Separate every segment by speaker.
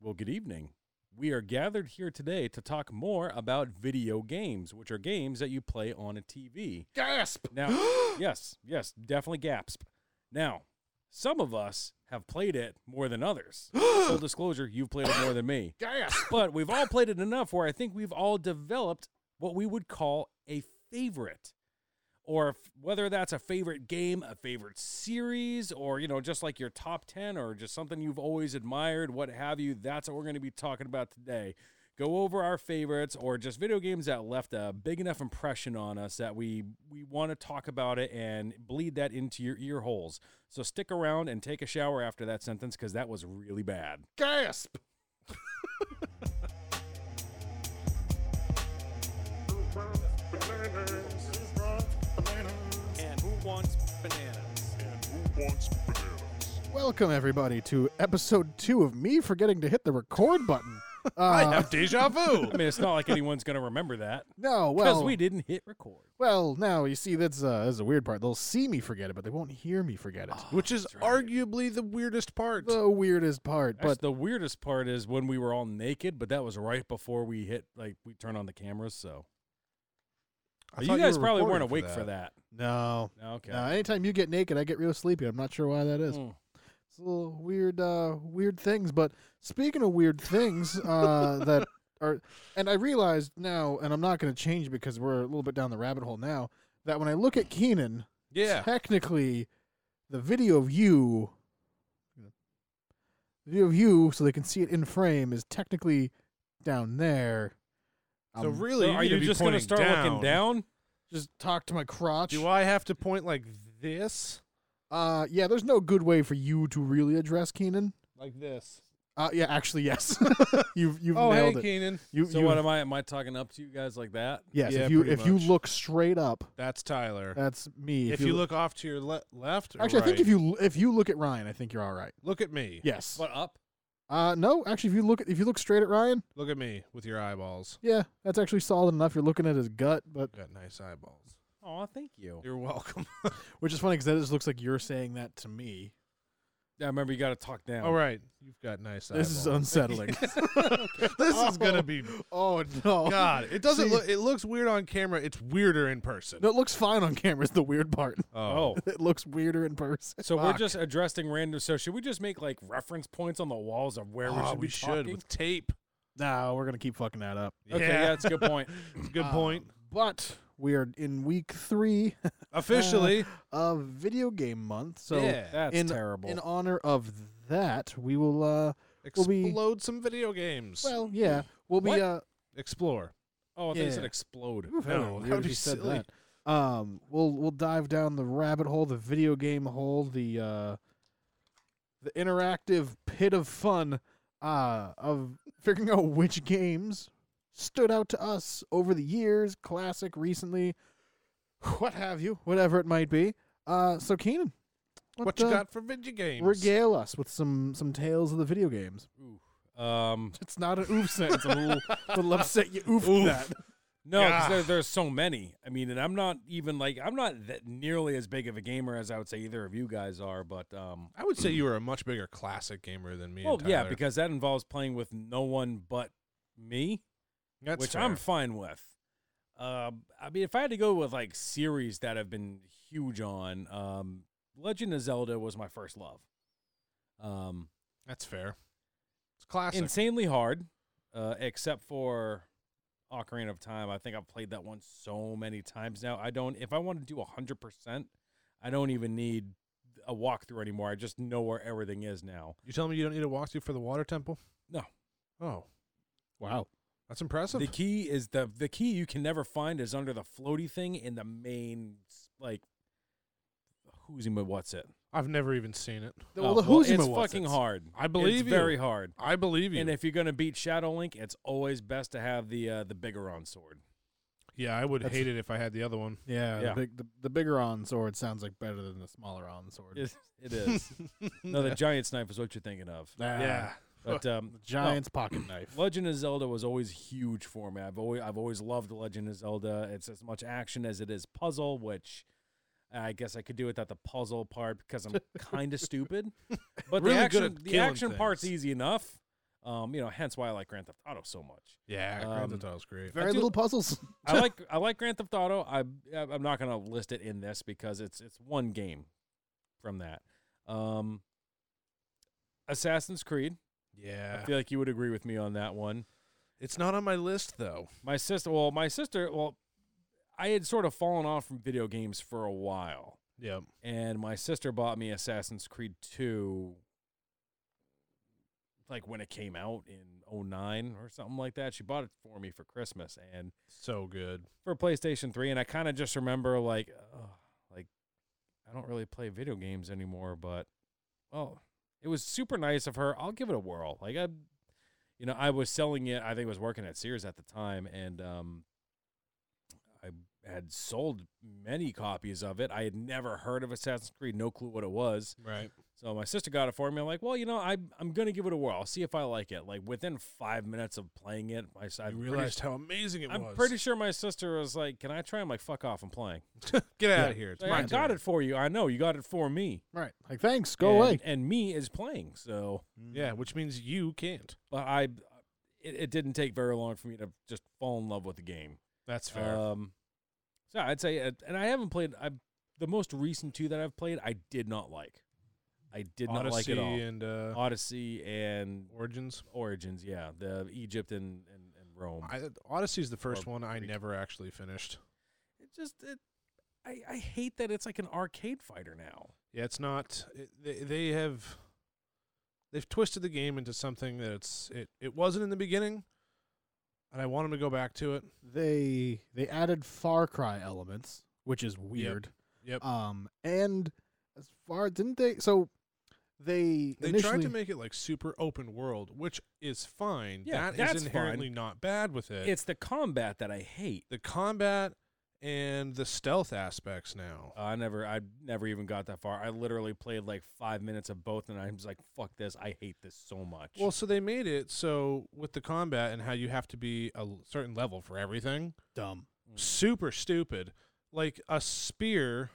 Speaker 1: Well, good evening. We are gathered here today to talk more about video games, which are games that you play on a TV.
Speaker 2: Gasp!
Speaker 1: Now, yes, yes, definitely gasp. Now, some of us have played it more than others. Full disclosure, you've played it more than me.
Speaker 2: Gasp!
Speaker 1: But we've all played it enough where I think we've all developed what we would call a favorite. Or if- whether that's a favorite game, a favorite series, or, you know, just like your top 10 or just something you've always admired, what have you, that's what we're going to be talking about today. Go over our favorites or just video games that left a big enough impression on us that we we want to talk about it and bleed that into your ear holes. So stick around and take a shower after that sentence because that was really bad.
Speaker 2: Gasp!
Speaker 3: And who wants bananas?
Speaker 4: Welcome everybody to episode two of me forgetting to hit the record button.
Speaker 2: I
Speaker 4: Uh,
Speaker 2: have deja vu.
Speaker 1: I mean, it's not like anyone's going to remember that.
Speaker 4: no,
Speaker 1: Because
Speaker 4: well,
Speaker 1: we didn't hit record.
Speaker 4: well, now you see that's uh, that's the weird part. They'll see me forget it, but they won't hear me forget it.
Speaker 2: Which is arguably the weirdest part.
Speaker 4: the weirdest part,
Speaker 1: But
Speaker 4: but
Speaker 1: the weirdest part is when we were all naked, but that was right before we hit, like, we turned on the cameras. So
Speaker 2: I
Speaker 1: But
Speaker 2: thought
Speaker 1: you guys
Speaker 2: were
Speaker 1: probably
Speaker 2: recording
Speaker 1: weren't awake for that.
Speaker 4: no,
Speaker 1: Okay.
Speaker 4: no. Anytime you get naked, I get real sleepy. I'm not sure why that is.
Speaker 1: Mm.
Speaker 4: It's a little weird, uh, weird things. But speaking of weird things uh, that are, and I realized now, and I'm not going to change because we're a little bit down the rabbit hole now. That when I look at Keenan,
Speaker 2: Yeah.
Speaker 4: technically the video of you the video of you so they can see it in frame is technically down there
Speaker 2: So
Speaker 4: Um,
Speaker 2: really,
Speaker 1: So are
Speaker 2: need
Speaker 1: you
Speaker 2: be
Speaker 1: just going to
Speaker 2: pointing
Speaker 1: start looking down?
Speaker 4: just talk to my crotch
Speaker 2: Do I have to point like this?
Speaker 4: uh yeah there's no good way for you to really address keenan
Speaker 2: Like this?
Speaker 4: uh yeah actually yes you've you've
Speaker 2: Oh, hey,
Speaker 4: nailed it
Speaker 2: Keenan.
Speaker 4: you,
Speaker 1: So
Speaker 4: you-
Speaker 1: what am I? Am I talking up to you guys like that?
Speaker 4: yes
Speaker 2: Yeah,
Speaker 4: if you
Speaker 2: pretty
Speaker 4: if you
Speaker 2: much.
Speaker 4: look straight up
Speaker 2: That's Tyler.
Speaker 4: that's me
Speaker 2: if, you, look off to your le- left, or
Speaker 4: actually i think
Speaker 2: right,
Speaker 4: if you if you look at ryan i think you're all right
Speaker 2: look at me,
Speaker 4: yes
Speaker 1: What up?
Speaker 4: uh no actually if you look at if you look straight at ryan
Speaker 2: look at me with your eyeballs.
Speaker 4: yeah that's actually solid enough you're looking at his gut but
Speaker 2: Got nice eyeballs.
Speaker 1: Oh, thank you.
Speaker 2: You're welcome.
Speaker 4: Which is funny because that just looks like you're saying that to me.
Speaker 1: Yeah, remember you got to talk down.
Speaker 2: All right, you've got nice
Speaker 4: This is
Speaker 2: eyeballs.
Speaker 4: unsettling.
Speaker 2: this is gonna be
Speaker 4: oh no!
Speaker 2: God. It doesn't
Speaker 4: See-
Speaker 2: look. It looks weird on camera. It's weirder in person.
Speaker 4: No, it looks fine on camera. Is the weird part.
Speaker 1: Oh.
Speaker 4: It looks weirder in person.
Speaker 1: So we're
Speaker 2: Fuck.
Speaker 1: just addressing random. So should we just make like reference points on the walls of where we
Speaker 2: Ah,
Speaker 1: should be
Speaker 2: we should
Speaker 1: talking?
Speaker 2: with tape.
Speaker 4: No, we're gonna keep fucking that up.
Speaker 1: Okay, yeah, that's a good point.
Speaker 2: It's a good
Speaker 4: Um,
Speaker 2: point.
Speaker 4: But we are in week three
Speaker 2: Officially,
Speaker 4: of video game month, so
Speaker 2: yeah.
Speaker 1: That's
Speaker 4: in
Speaker 1: terrible.
Speaker 4: in honor of that, we will. uh we'll be-
Speaker 2: explode some video games.
Speaker 4: Well, yeah, we'll be.
Speaker 1: What?
Speaker 4: uh
Speaker 2: Explore.
Speaker 1: oh, I thought you said
Speaker 4: yeah.
Speaker 1: explode.
Speaker 2: No,
Speaker 4: weird
Speaker 2: that would
Speaker 4: if
Speaker 2: be
Speaker 4: you said
Speaker 2: silly.
Speaker 4: that. Um, we'll we'll dive down the rabbit hole, the video game hole, the uh, the interactive pit of fun uh, of figuring out which games stood out to us over the years, classic, recently, what have you, whatever it might be. Uh, so Keenan,
Speaker 2: What, you
Speaker 4: uh,
Speaker 2: got for video games?
Speaker 4: Regale us with some some tales of the video games.
Speaker 1: Um,
Speaker 4: It's not an oof sentence. I'm a little, little upset you oofed
Speaker 2: Oof.
Speaker 4: that.
Speaker 1: No, because
Speaker 2: Yeah.
Speaker 1: there, there's so many. I mean, and I'm not even like I'm not that nearly as big of a gamer as I would say either of you guys are. But um,
Speaker 2: I would say you were a much bigger classic gamer than me. and
Speaker 1: well, yeah,
Speaker 2: Tyler.
Speaker 1: because that involves playing with no one but me,
Speaker 2: That's
Speaker 1: which
Speaker 2: fair.
Speaker 1: I'm fine with. Um, I mean, if I had to go with like series that have been huge on, um, Legend of Zelda was my first love. Um,
Speaker 2: That's fair. It's classic.
Speaker 1: insanely hard, uh, except for Ocarina of Time. I think I've played that one so many times now. I don't. If I want to do hundred percent, I don't even need a walkthrough anymore. I just know where everything is now.
Speaker 2: you tell me you don't need a walkthrough for the water temple?
Speaker 1: No.
Speaker 2: Oh,
Speaker 4: Wow.
Speaker 2: that's impressive.
Speaker 1: The key is the the key you can never find is under the floaty thing in the main like. Who's him? What's it?
Speaker 2: I've never even seen it.
Speaker 4: Well,
Speaker 1: Oh,
Speaker 4: the who's
Speaker 1: it's fucking hard.
Speaker 2: I believe
Speaker 1: it's
Speaker 2: you.
Speaker 1: very hard.
Speaker 2: I believe you.
Speaker 1: And if you're gonna beat Shadow Link, it's always best to have the uh, the bigger on sword.
Speaker 2: yeah, I would
Speaker 4: That's-
Speaker 2: hate it if I had the other one.
Speaker 4: Yeah,
Speaker 1: Yeah.
Speaker 4: The, big, the, the bigger on sword sounds like better than the smaller on sword.
Speaker 1: It, it is. No, the giant snipe is what you're thinking of.
Speaker 4: Ah,
Speaker 2: yeah.
Speaker 1: But um,
Speaker 4: the giant's pocket knife.
Speaker 1: Legend of Zelda was always huge for me. I've always I've always loved Legend of Zelda. It's as much action as it is puzzle, which I guess I could do without the puzzle part because I'm kind of stupid. But
Speaker 2: Really
Speaker 1: the
Speaker 2: good
Speaker 1: action
Speaker 2: at
Speaker 1: the
Speaker 2: killing
Speaker 1: action part's
Speaker 2: things.
Speaker 1: easy enough. Um, you know, hence why I like Grand Theft Auto so much.
Speaker 2: Yeah, Grand
Speaker 1: Um,
Speaker 2: Theft Auto's great.
Speaker 4: Very
Speaker 1: do-
Speaker 4: little puzzles.
Speaker 1: I like I like Grand Theft Auto. I I'm not gonna list it in this because it's it's one game from that. Um, Assassin's Creed.
Speaker 2: Yeah,
Speaker 1: I feel like you would agree with me on that one.
Speaker 2: it's not on my list though.
Speaker 1: My sister. Well, my sister. Well, I had sort of fallen off from video games for a while,
Speaker 2: Yep.
Speaker 1: and my sister bought me Assassin's Creed Two. Like when it came out in 09 or something like that, she bought it for me for Christmas, and
Speaker 2: So good.
Speaker 1: for PlayStation 3 and I kind of just remember like oh, like I don't really play video games anymore but well it was super nice of her I'll give it a whirl like I you know I was selling it I think I was working at Sears at the time and um I had sold many copies of it I had never heard of Assassin's Creed no clue what it was
Speaker 2: Right.
Speaker 1: so my sister got it for me I'm like well you know I I'm going to give it a whirl I'll see if I like it like within 5 minutes of playing it I, I
Speaker 2: I realized how amazing it
Speaker 1: I'm
Speaker 2: was.
Speaker 1: pretty sure my sister was like, "Can I try?" I'm like, "Fuck off! I'm playing."
Speaker 2: Get out
Speaker 4: Yeah.
Speaker 2: of here. It's
Speaker 1: Like,
Speaker 2: my
Speaker 1: I got
Speaker 2: turn.
Speaker 1: it for you. I know you got it for me.
Speaker 4: Right. Like thanks, go
Speaker 1: and,
Speaker 4: away.
Speaker 1: And me is playing. So,
Speaker 2: Yeah, which means you can't.
Speaker 1: but I, it, it didn't take very long for me to just fall in love with the game.
Speaker 2: That's
Speaker 1: Um, so I'd say, uh, and I haven't played. I the most recent two that I've played, I did not like. I did not like
Speaker 2: Odyssey
Speaker 1: at all.
Speaker 2: and uh,
Speaker 1: Odyssey and
Speaker 2: Origins.
Speaker 1: Origins, yeah, the Egypt and and, and Rome.
Speaker 2: I, Odyssey's the first
Speaker 1: Or
Speaker 2: one I
Speaker 1: Greek.
Speaker 2: never actually finished.
Speaker 1: it just, it, I I hate that it's like an arcade fighter now.
Speaker 2: Yeah, it's not. It, they, they have they've twisted the game into something that it's it, it wasn't in the beginning, and I want them to go back to it.
Speaker 4: They they added Far Cry elements, which is weird.
Speaker 2: Yep.
Speaker 1: Uh,
Speaker 4: Um and as far didn't they so they
Speaker 2: They
Speaker 4: initially,
Speaker 2: tried to make it like super open world, which is fine.
Speaker 1: Yeah,
Speaker 2: That is
Speaker 1: that's
Speaker 2: inherently not bad with it.
Speaker 1: It's the combat that I hate.
Speaker 2: the combat and the stealth aspects now.
Speaker 1: I never, I never even got that far. I literally played like five minutes of both, and I was like, "Fuck this! I hate this so much."
Speaker 2: Well, so they made it so with the combat and how you have to be a l- certain level for everything.
Speaker 4: dumb.
Speaker 1: Hmm.
Speaker 2: Super stupid. Like a spear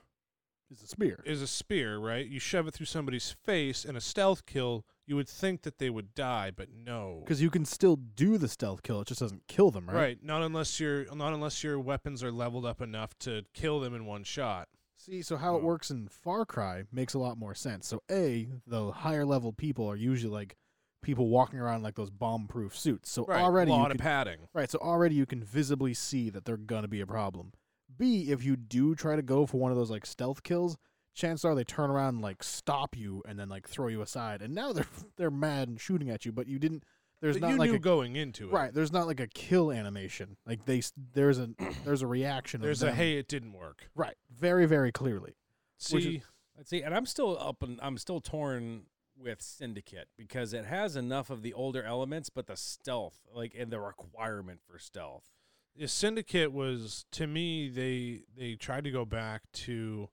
Speaker 4: It's a spear.
Speaker 2: is a spear, right? You shove it through somebody's face in a stealth kill, you would think that they would die, but no.
Speaker 4: Because you can still do the stealth kill, it just doesn't kill them,
Speaker 2: right.
Speaker 4: right?
Speaker 2: not unless your not unless your weapons are leveled up enough to kill them in one shot.
Speaker 4: See, so how it
Speaker 2: Oh.
Speaker 4: works in Far Cry makes a lot more sense. So A, the higher level people are usually like people walking around in, like those bomb proof suits. So
Speaker 2: Right.
Speaker 4: already
Speaker 2: a
Speaker 4: you
Speaker 2: lot
Speaker 4: can,
Speaker 2: of padding.
Speaker 4: Right, so already you can visibly see that they're gonna be a problem. B, if you do try to go for one of those like stealth kills, chances are they turn around and like stop you and then like throw you aside. And now they're they're mad and shooting at you, but you didn't. There's
Speaker 2: But
Speaker 4: not
Speaker 2: you
Speaker 4: like
Speaker 2: knew
Speaker 4: a
Speaker 2: going into it.
Speaker 4: right. There's not like a kill animation. Like they s- there's a there's a reaction. of
Speaker 2: There's a
Speaker 4: them.
Speaker 2: hey, it didn't work.
Speaker 4: Right, very very clearly.
Speaker 2: See,
Speaker 4: Which is-
Speaker 1: Let's see, and I'm still up, and I'm still torn with Syndicate because it has enough of the older elements, but the stealth, like, and the requirement for stealth.
Speaker 2: the syndicate was to me they they tried to go back to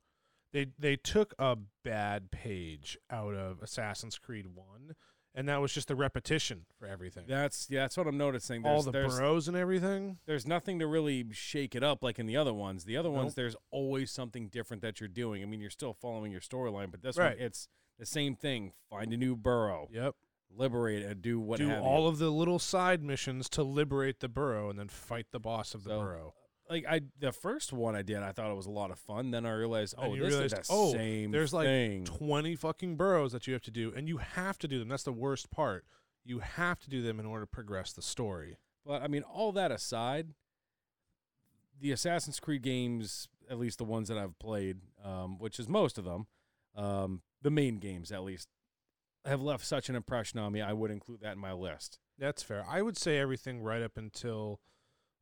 Speaker 2: they they took a bad page out of Assassin's Creed 1 and that was just the repetition for everything.
Speaker 1: That's yeah, that's what I'm noticing. There's,
Speaker 2: All the
Speaker 1: there's,
Speaker 2: bros and everything.
Speaker 1: there's nothing to really shake it up like in the other ones. The other ones,
Speaker 2: Nope.
Speaker 1: there's always something different that you're doing. I mean, you're still following your storyline, but this
Speaker 2: Right.
Speaker 1: one, it's the same thing. Find a new burrow,
Speaker 2: Yep.
Speaker 1: liberate, it, and do what
Speaker 2: Do
Speaker 1: have you.
Speaker 2: all of the little side missions to liberate the burrow and then fight the boss of the
Speaker 1: So,
Speaker 2: burrow.
Speaker 1: like I the first one I did, I thought it was a lot of fun. Then I realized,
Speaker 2: And
Speaker 1: oh,
Speaker 2: you
Speaker 1: this
Speaker 2: realized,
Speaker 1: is the
Speaker 2: oh,
Speaker 1: same
Speaker 2: there's like
Speaker 1: thing.
Speaker 2: 20 fucking burrows that you have to do and you have to do them. That's the worst part. You have to do them in order to progress the story.
Speaker 1: but I mean, all that aside, the Assassin's Creed games, at least the ones that I've played, um, which is most of them, um, the main games at least, have left such an impression on me. I would include that in my list.
Speaker 2: That's fair. I would say everything right up until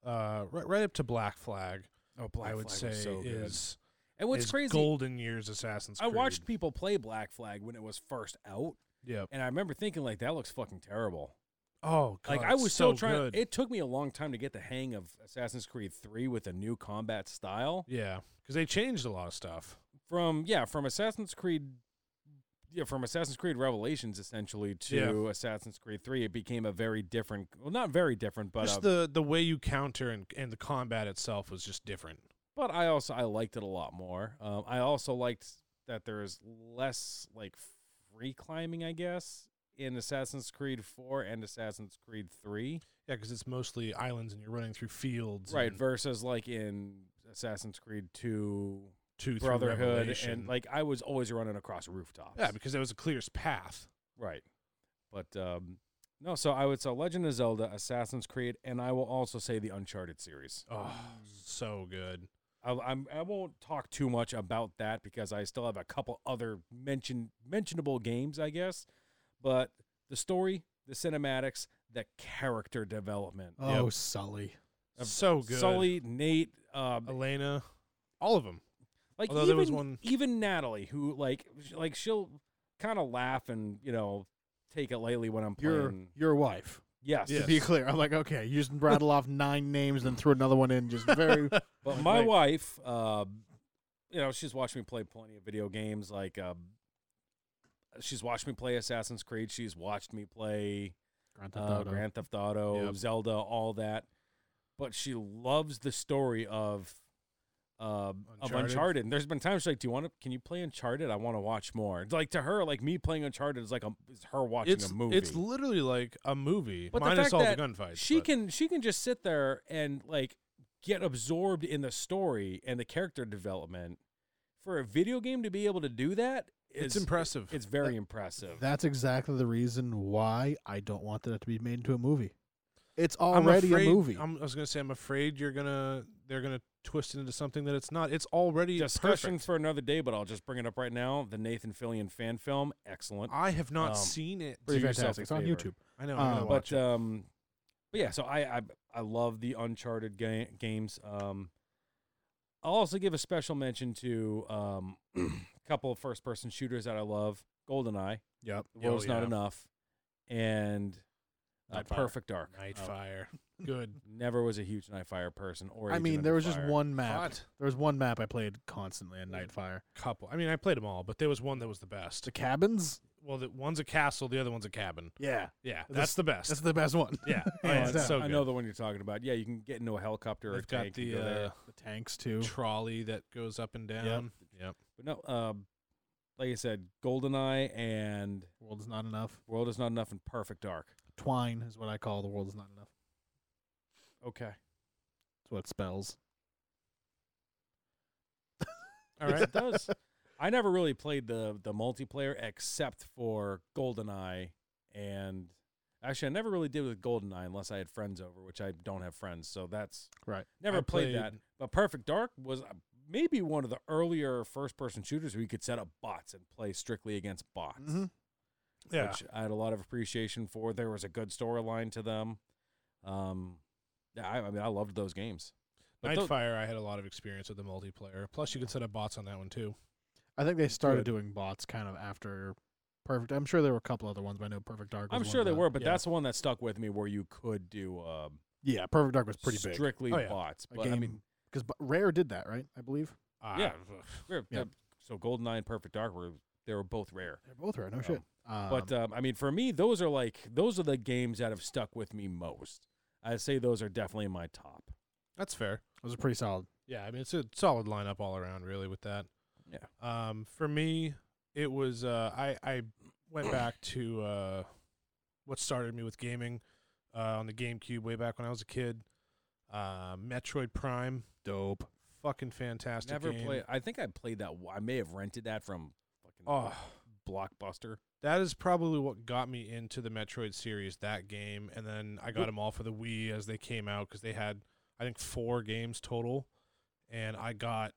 Speaker 2: uh right, right up to Black Flag.
Speaker 1: Oh,
Speaker 2: I would say is
Speaker 1: and what's
Speaker 2: is
Speaker 1: crazy.
Speaker 2: golden years Assassin's
Speaker 1: I
Speaker 2: Creed.
Speaker 1: watched people play Black Flag when it was first out,
Speaker 2: Yep.
Speaker 1: and I remember thinking like, "That looks fucking terrible."
Speaker 2: Oh god.
Speaker 1: like I
Speaker 2: it's
Speaker 1: was
Speaker 2: so
Speaker 1: still trying.
Speaker 2: good.
Speaker 1: It took me a long time to get the hang of Assassin's Creed Three with a new combat style
Speaker 2: yeah, cuz they changed a lot of stuff.
Speaker 1: from yeah from Assassin's Creed yeah from Assassin's Creed Revelations essentially to Assassin's Creed Three. It became a very different. Well, not very different, but
Speaker 2: just
Speaker 1: uh,
Speaker 2: the the way you counter and and the combat itself was just different.
Speaker 1: but I also I liked it a lot more. Um, I also liked that there is less like free climbing, I guess, in Assassin's Creed 4 and Assassin's Creed 3.
Speaker 2: Yeah, because it's mostly islands and you're running through fields.
Speaker 1: Right,
Speaker 2: and
Speaker 1: versus like in Assassin's Creed 2,
Speaker 2: two through
Speaker 1: Brotherhood,
Speaker 2: Revelation.
Speaker 1: and like I was always running across rooftops.
Speaker 2: yeah, because there was the clearest path.
Speaker 1: Right. But um no, so I would say Legend of Zelda, Assassin's Creed, and I will also say the Uncharted series.
Speaker 2: Oh, so good.
Speaker 1: I, I'm, I won't talk too much about that because I still have a couple other mention mentionable games, I guess. But the story, the cinematics, the character development,
Speaker 4: Oh, Sully.
Speaker 1: Uh,
Speaker 2: So good.
Speaker 1: Sully, Nate, um,
Speaker 2: Elena, all of them.
Speaker 1: like
Speaker 2: Although
Speaker 1: even,
Speaker 2: there was one-
Speaker 1: even Natalie, who like sh- like she'll kind of laugh and you know take it lightly when I'm playing.
Speaker 4: Your your wife.
Speaker 1: yes,
Speaker 2: Yeah.
Speaker 4: To be clear, I'm like, okay, you just rattle off nine names, then threw another one in, just very.
Speaker 1: But my
Speaker 2: Like-
Speaker 1: wife, uh, you know, she's watched me play plenty of video games. Like, um, she's watched me play Assassin's Creed. She's watched me play
Speaker 4: Grand Theft
Speaker 1: uh,
Speaker 4: Auto.
Speaker 1: Grand Theft Auto,
Speaker 2: Yep.
Speaker 1: Zelda, all that. But she loves the story of um, of
Speaker 2: Uncharted.
Speaker 1: Uncharted. And there's been times she's like, "Do you want to? Can you play Uncharted? I want to watch more." It's Like to her, like me playing Uncharted is like a, is her watching
Speaker 2: it's
Speaker 1: a movie.
Speaker 2: it's literally like a movie
Speaker 1: But the
Speaker 2: minus
Speaker 1: fact
Speaker 2: all the
Speaker 1: that
Speaker 2: gunfights.
Speaker 1: she
Speaker 2: but-
Speaker 1: can she can just sit there and like get absorbed in the story and the character development for a video game to be able to do that is
Speaker 2: It's impressive.
Speaker 1: it's very impressive
Speaker 4: That's exactly the reason why I don't want that to be made into a movie. It's
Speaker 2: I'm
Speaker 4: already
Speaker 2: afraid-
Speaker 4: a movie.
Speaker 2: I'm, I was gonna say I'm afraid you're gonna they're gonna twist it into something that it's not. It's already
Speaker 1: discussion
Speaker 2: perfect.
Speaker 1: for another day but i'll just bring it up right now the nathan fillion fan film excellent
Speaker 2: I have not
Speaker 1: Um,
Speaker 2: seen it.
Speaker 1: pretty
Speaker 4: Pretty
Speaker 1: do yourself
Speaker 4: fantastic.
Speaker 1: a
Speaker 4: It's on
Speaker 1: favor.
Speaker 4: YouTube.
Speaker 2: I know.
Speaker 4: um,
Speaker 2: I'm gonna
Speaker 1: but
Speaker 2: watch it.
Speaker 1: um but yeah so i i, I love the uncharted ga- games um i'll also give a special mention to um a couple of first person shooters that i love goldeneye
Speaker 4: Yep.
Speaker 1: The
Speaker 2: Oh,
Speaker 1: World's Not
Speaker 2: yeah.
Speaker 1: Enough, and uh,
Speaker 2: Nightfire.
Speaker 1: Perfect Dark.
Speaker 4: Oh.
Speaker 1: Uh,
Speaker 2: Nightfire. Good.
Speaker 1: Never was a huge Nightfire person. Or
Speaker 4: I
Speaker 1: Agent
Speaker 4: mean,
Speaker 1: of
Speaker 4: there
Speaker 1: the
Speaker 4: was just
Speaker 1: Fire.
Speaker 4: one map.
Speaker 2: Hot
Speaker 4: There was one map I played constantly on Nightfire.
Speaker 2: couple. I mean, I played them all, but there was one that was the best.
Speaker 4: The cabins.
Speaker 2: Well, the, one's a castle, the other one's a cabin.
Speaker 4: Yeah,
Speaker 2: Yeah,
Speaker 4: That's-
Speaker 2: that's the best.
Speaker 4: that's the best one.
Speaker 2: yeah, oh,
Speaker 4: hands
Speaker 2: it's
Speaker 4: down.
Speaker 2: so good.
Speaker 1: I know the one you're talking about. Yeah, you can get into a helicopter or a
Speaker 2: They've got
Speaker 1: tank and
Speaker 2: the
Speaker 1: go there.
Speaker 2: uh,
Speaker 4: The tanks too.
Speaker 2: trolley that goes up and down. Yep.
Speaker 1: But no, um, like I said, Goldeneye and
Speaker 4: World is not enough.
Speaker 1: World is Not Enough and Perfect Dark.
Speaker 4: Twine is what I call the world is not enough.
Speaker 1: Okay.
Speaker 4: That's what it spells.
Speaker 2: All right.
Speaker 1: It does. I never really played the the multiplayer except for Goldeneye and actually I never really did with Goldeneye unless I had friends over, which I don't have friends, so that's
Speaker 4: Right.
Speaker 1: Never
Speaker 2: I
Speaker 1: played,
Speaker 2: played-
Speaker 1: that. But Perfect Dark was uh, maybe one of the earlier first person shooters where you could set up bots and play strictly against bots.
Speaker 4: Mm-hmm.
Speaker 2: yeah.
Speaker 1: Which I had a lot of appreciation for. There was a good storyline to them. Um yeah, I, I mean I loved those games. But tho-
Speaker 2: Nightfire, I had a lot of experience with the multiplayer. Plus, you could set up bots on that one too.
Speaker 4: I think they started
Speaker 1: Good.
Speaker 4: doing bots kind of after Perfect. I'm sure there were a couple other ones, but I know Perfect Dark. Was
Speaker 1: I'm
Speaker 4: one
Speaker 1: sure
Speaker 4: of
Speaker 1: they
Speaker 4: the-
Speaker 1: were, but
Speaker 2: yeah.
Speaker 1: that's the one that stuck with me where you could do um
Speaker 4: Yeah, Perfect Dark was pretty big.
Speaker 1: strictly
Speaker 2: Oh, yeah.
Speaker 1: bots.
Speaker 4: A
Speaker 1: But
Speaker 4: game
Speaker 1: I mean
Speaker 4: because Rare did that, right? I believe
Speaker 2: Ah,
Speaker 1: Yeah.
Speaker 2: ugh.
Speaker 1: rare-
Speaker 4: yeah.
Speaker 1: uh, so Goldeneye and Perfect Dark were they were both rare.
Speaker 4: they're both Rare. No
Speaker 1: Um,
Speaker 4: shit. Um,
Speaker 1: But um, I mean, for me, those are like those are the games that have stuck with me most. I say those are definitely my top.
Speaker 2: that's fair.
Speaker 4: those are pretty solid.
Speaker 2: Yeah, I mean it's a solid lineup all around, really, with that.
Speaker 1: Yeah.
Speaker 2: Um, for me, it was uh, I I went back to uh, what started me with gaming uh, on the GameCube way back when I was a kid. Uh, Metroid Prime,
Speaker 4: Dope.
Speaker 2: fucking fantastic.
Speaker 1: Never
Speaker 2: game.
Speaker 1: played. I think I played that. w- I may have rented that from fucking
Speaker 2: Oh,
Speaker 1: Blockbuster.
Speaker 2: that is probably what got me into the Metroid series. That game, and then I got them all for the Wii as they came out because they had I think four games total, and I got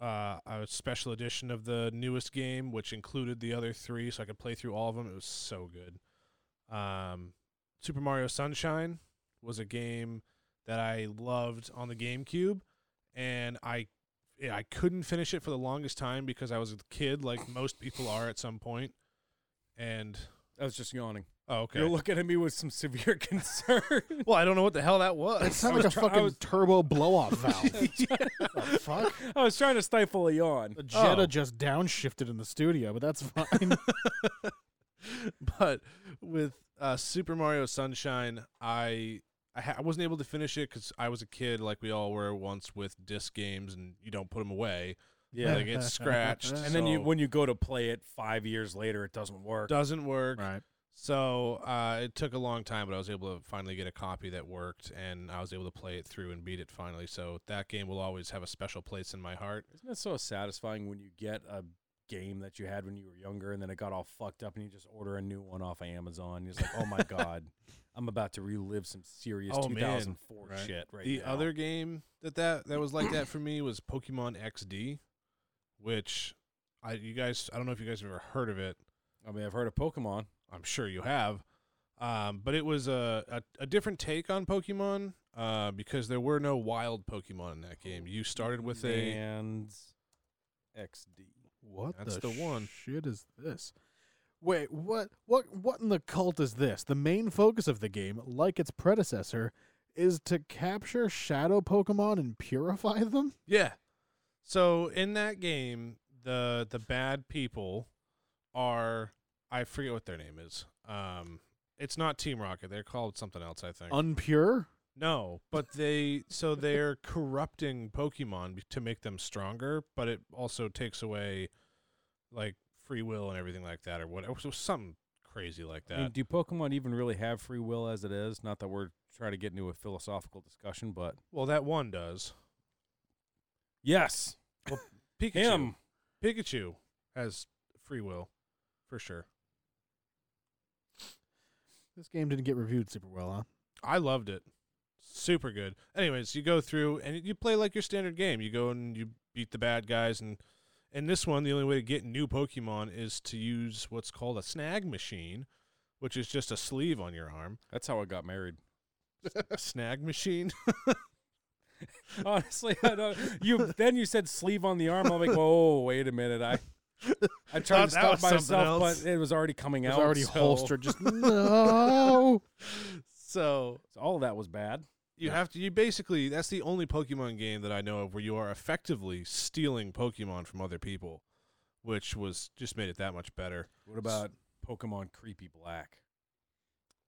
Speaker 2: uh, a special edition of the newest game, which included the other three, so I could play through all of them. It was so good. Um, Super Mario Sunshine was a game that I loved on the GameCube, and I yeah, I couldn't finish it for the longest time because I was a kid, like most people are at some point. And
Speaker 1: I was just yawning.
Speaker 2: oh, okay.
Speaker 1: You're looking at me with some severe concern.
Speaker 2: well, I don't know what the hell that was.
Speaker 4: That sounds
Speaker 1: was
Speaker 4: like a
Speaker 1: try- I
Speaker 4: fucking
Speaker 1: was-
Speaker 4: turbo blow off valve. the fuck?
Speaker 1: I was trying to stifle a yawn.
Speaker 4: The Jetta
Speaker 2: Oh.
Speaker 4: just downshifted in the studio, but that's fine.
Speaker 2: but with uh, Super Mario Sunshine, I I, ha- I wasn't able to finish it because I was a kid, like we all were once with disc games, and you don't put them away.
Speaker 1: Yeah.
Speaker 2: like it's scratched,
Speaker 1: And then you
Speaker 2: so
Speaker 1: when you go to play it five years later, it doesn't work.
Speaker 2: doesn't work.
Speaker 4: right.
Speaker 2: So uh, it took a long time, but I was able to finally get a copy that worked, and I was able to play it through and beat it finally. So that game will always have a special place in my heart.
Speaker 1: Isn't it so satisfying when you get a game that you had when you were younger and then it got all fucked up and you just order a new one off of Amazon? You're just like, oh my God, I'm about to relive some serious
Speaker 2: Oh, man,
Speaker 1: 2004
Speaker 2: right.
Speaker 1: shit right
Speaker 2: the
Speaker 1: now.
Speaker 2: other game that, that that was like that for me was Pokemon XD, which I you guys I don't know if you guys have ever heard of it.
Speaker 1: I mean, I've heard of Pokemon.
Speaker 2: I'm sure you have. Um, but it was a, a, a different take on Pokemon uh, because there were no wild Pokemon in that game. You started with a.
Speaker 1: and XD.
Speaker 4: What
Speaker 2: That's
Speaker 4: the,
Speaker 2: the one.
Speaker 4: shit is this? Wait, what what what in the cult is this? The main focus of the game, like its predecessor, is to capture shadow Pokemon and purify them?
Speaker 2: Yeah. So in that game, the the bad people are. I forget what their name is. Um, it's not Team Rocket. They're called something else, I think.
Speaker 4: Unpure?
Speaker 2: No, but they so they're corrupting Pokemon b- to make them stronger, but it also takes away like free will and everything like that, or whatever. So something crazy like
Speaker 1: I mean,
Speaker 2: that.
Speaker 1: do Pokemon even really have free will as it is? Not that we're trying to get into a philosophical discussion, but
Speaker 2: Well, that one does.
Speaker 1: yes,
Speaker 2: Pikachu.
Speaker 1: him.
Speaker 2: Pikachu has free will, for sure.
Speaker 4: This game didn't get reviewed super well, huh?
Speaker 2: I loved it. Super good. Anyways, you go through and you play like your standard game. You go and you beat the bad guys and and this one the only way to get new Pokemon is to use what's called a snag machine, which is just a sleeve on your arm.
Speaker 1: That's how I got married.
Speaker 2: A snag machine?
Speaker 1: Honestly, I don't, you then you said sleeve on the arm. I'm like, oh, wait a minute. I I tried to
Speaker 2: Thought that
Speaker 1: stop
Speaker 2: was something
Speaker 1: myself,
Speaker 2: else.
Speaker 1: but it was already coming
Speaker 4: It's
Speaker 1: out.
Speaker 4: already
Speaker 1: so-
Speaker 4: holstered. Just no.
Speaker 2: so
Speaker 1: so all of that was bad.
Speaker 2: you have to you basically that's the only Pokemon game that I know of where you are effectively stealing Pokemon from other people, which was just made it that much better.
Speaker 1: What about Pokemon Creepy Black?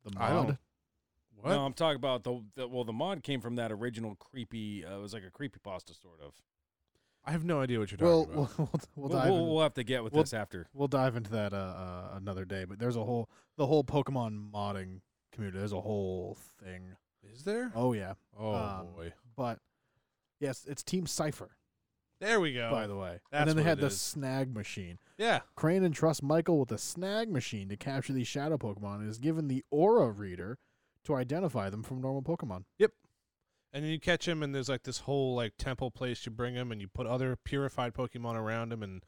Speaker 4: The
Speaker 2: I don't-
Speaker 4: mod.
Speaker 2: Um, What?
Speaker 1: No, I'm talking about the, the well, the mod came from that original creepy. Uh, it was like a creepy pasta sort of.
Speaker 2: I have no idea what you're talking
Speaker 4: We'll
Speaker 2: about.
Speaker 4: we'll, we'll, we'll
Speaker 1: We'll,
Speaker 4: dive
Speaker 1: we'll,
Speaker 4: into
Speaker 1: we'll have to get with
Speaker 4: we'll-
Speaker 1: this after.
Speaker 4: We'll dive into that uh, uh, another day, but there's a whole the whole Pokemon modding community. There's a whole thing.
Speaker 2: is there?
Speaker 4: Oh yeah,
Speaker 2: Oh
Speaker 4: um,
Speaker 2: boy.
Speaker 4: but yes, it's Team Cipher.
Speaker 2: There we go.
Speaker 4: By the way,
Speaker 2: that's
Speaker 4: and then they
Speaker 2: what
Speaker 4: had
Speaker 2: it
Speaker 4: the
Speaker 2: is.
Speaker 4: snag machine.
Speaker 2: yeah.
Speaker 4: Crane and trust Michael with a snag machine to capture these shadow Pokemon and is given the aura reader to identify them from normal Pokemon.
Speaker 2: And then you catch him, and there's like this whole like temple place you bring him, and you put other purified Pokemon around him, and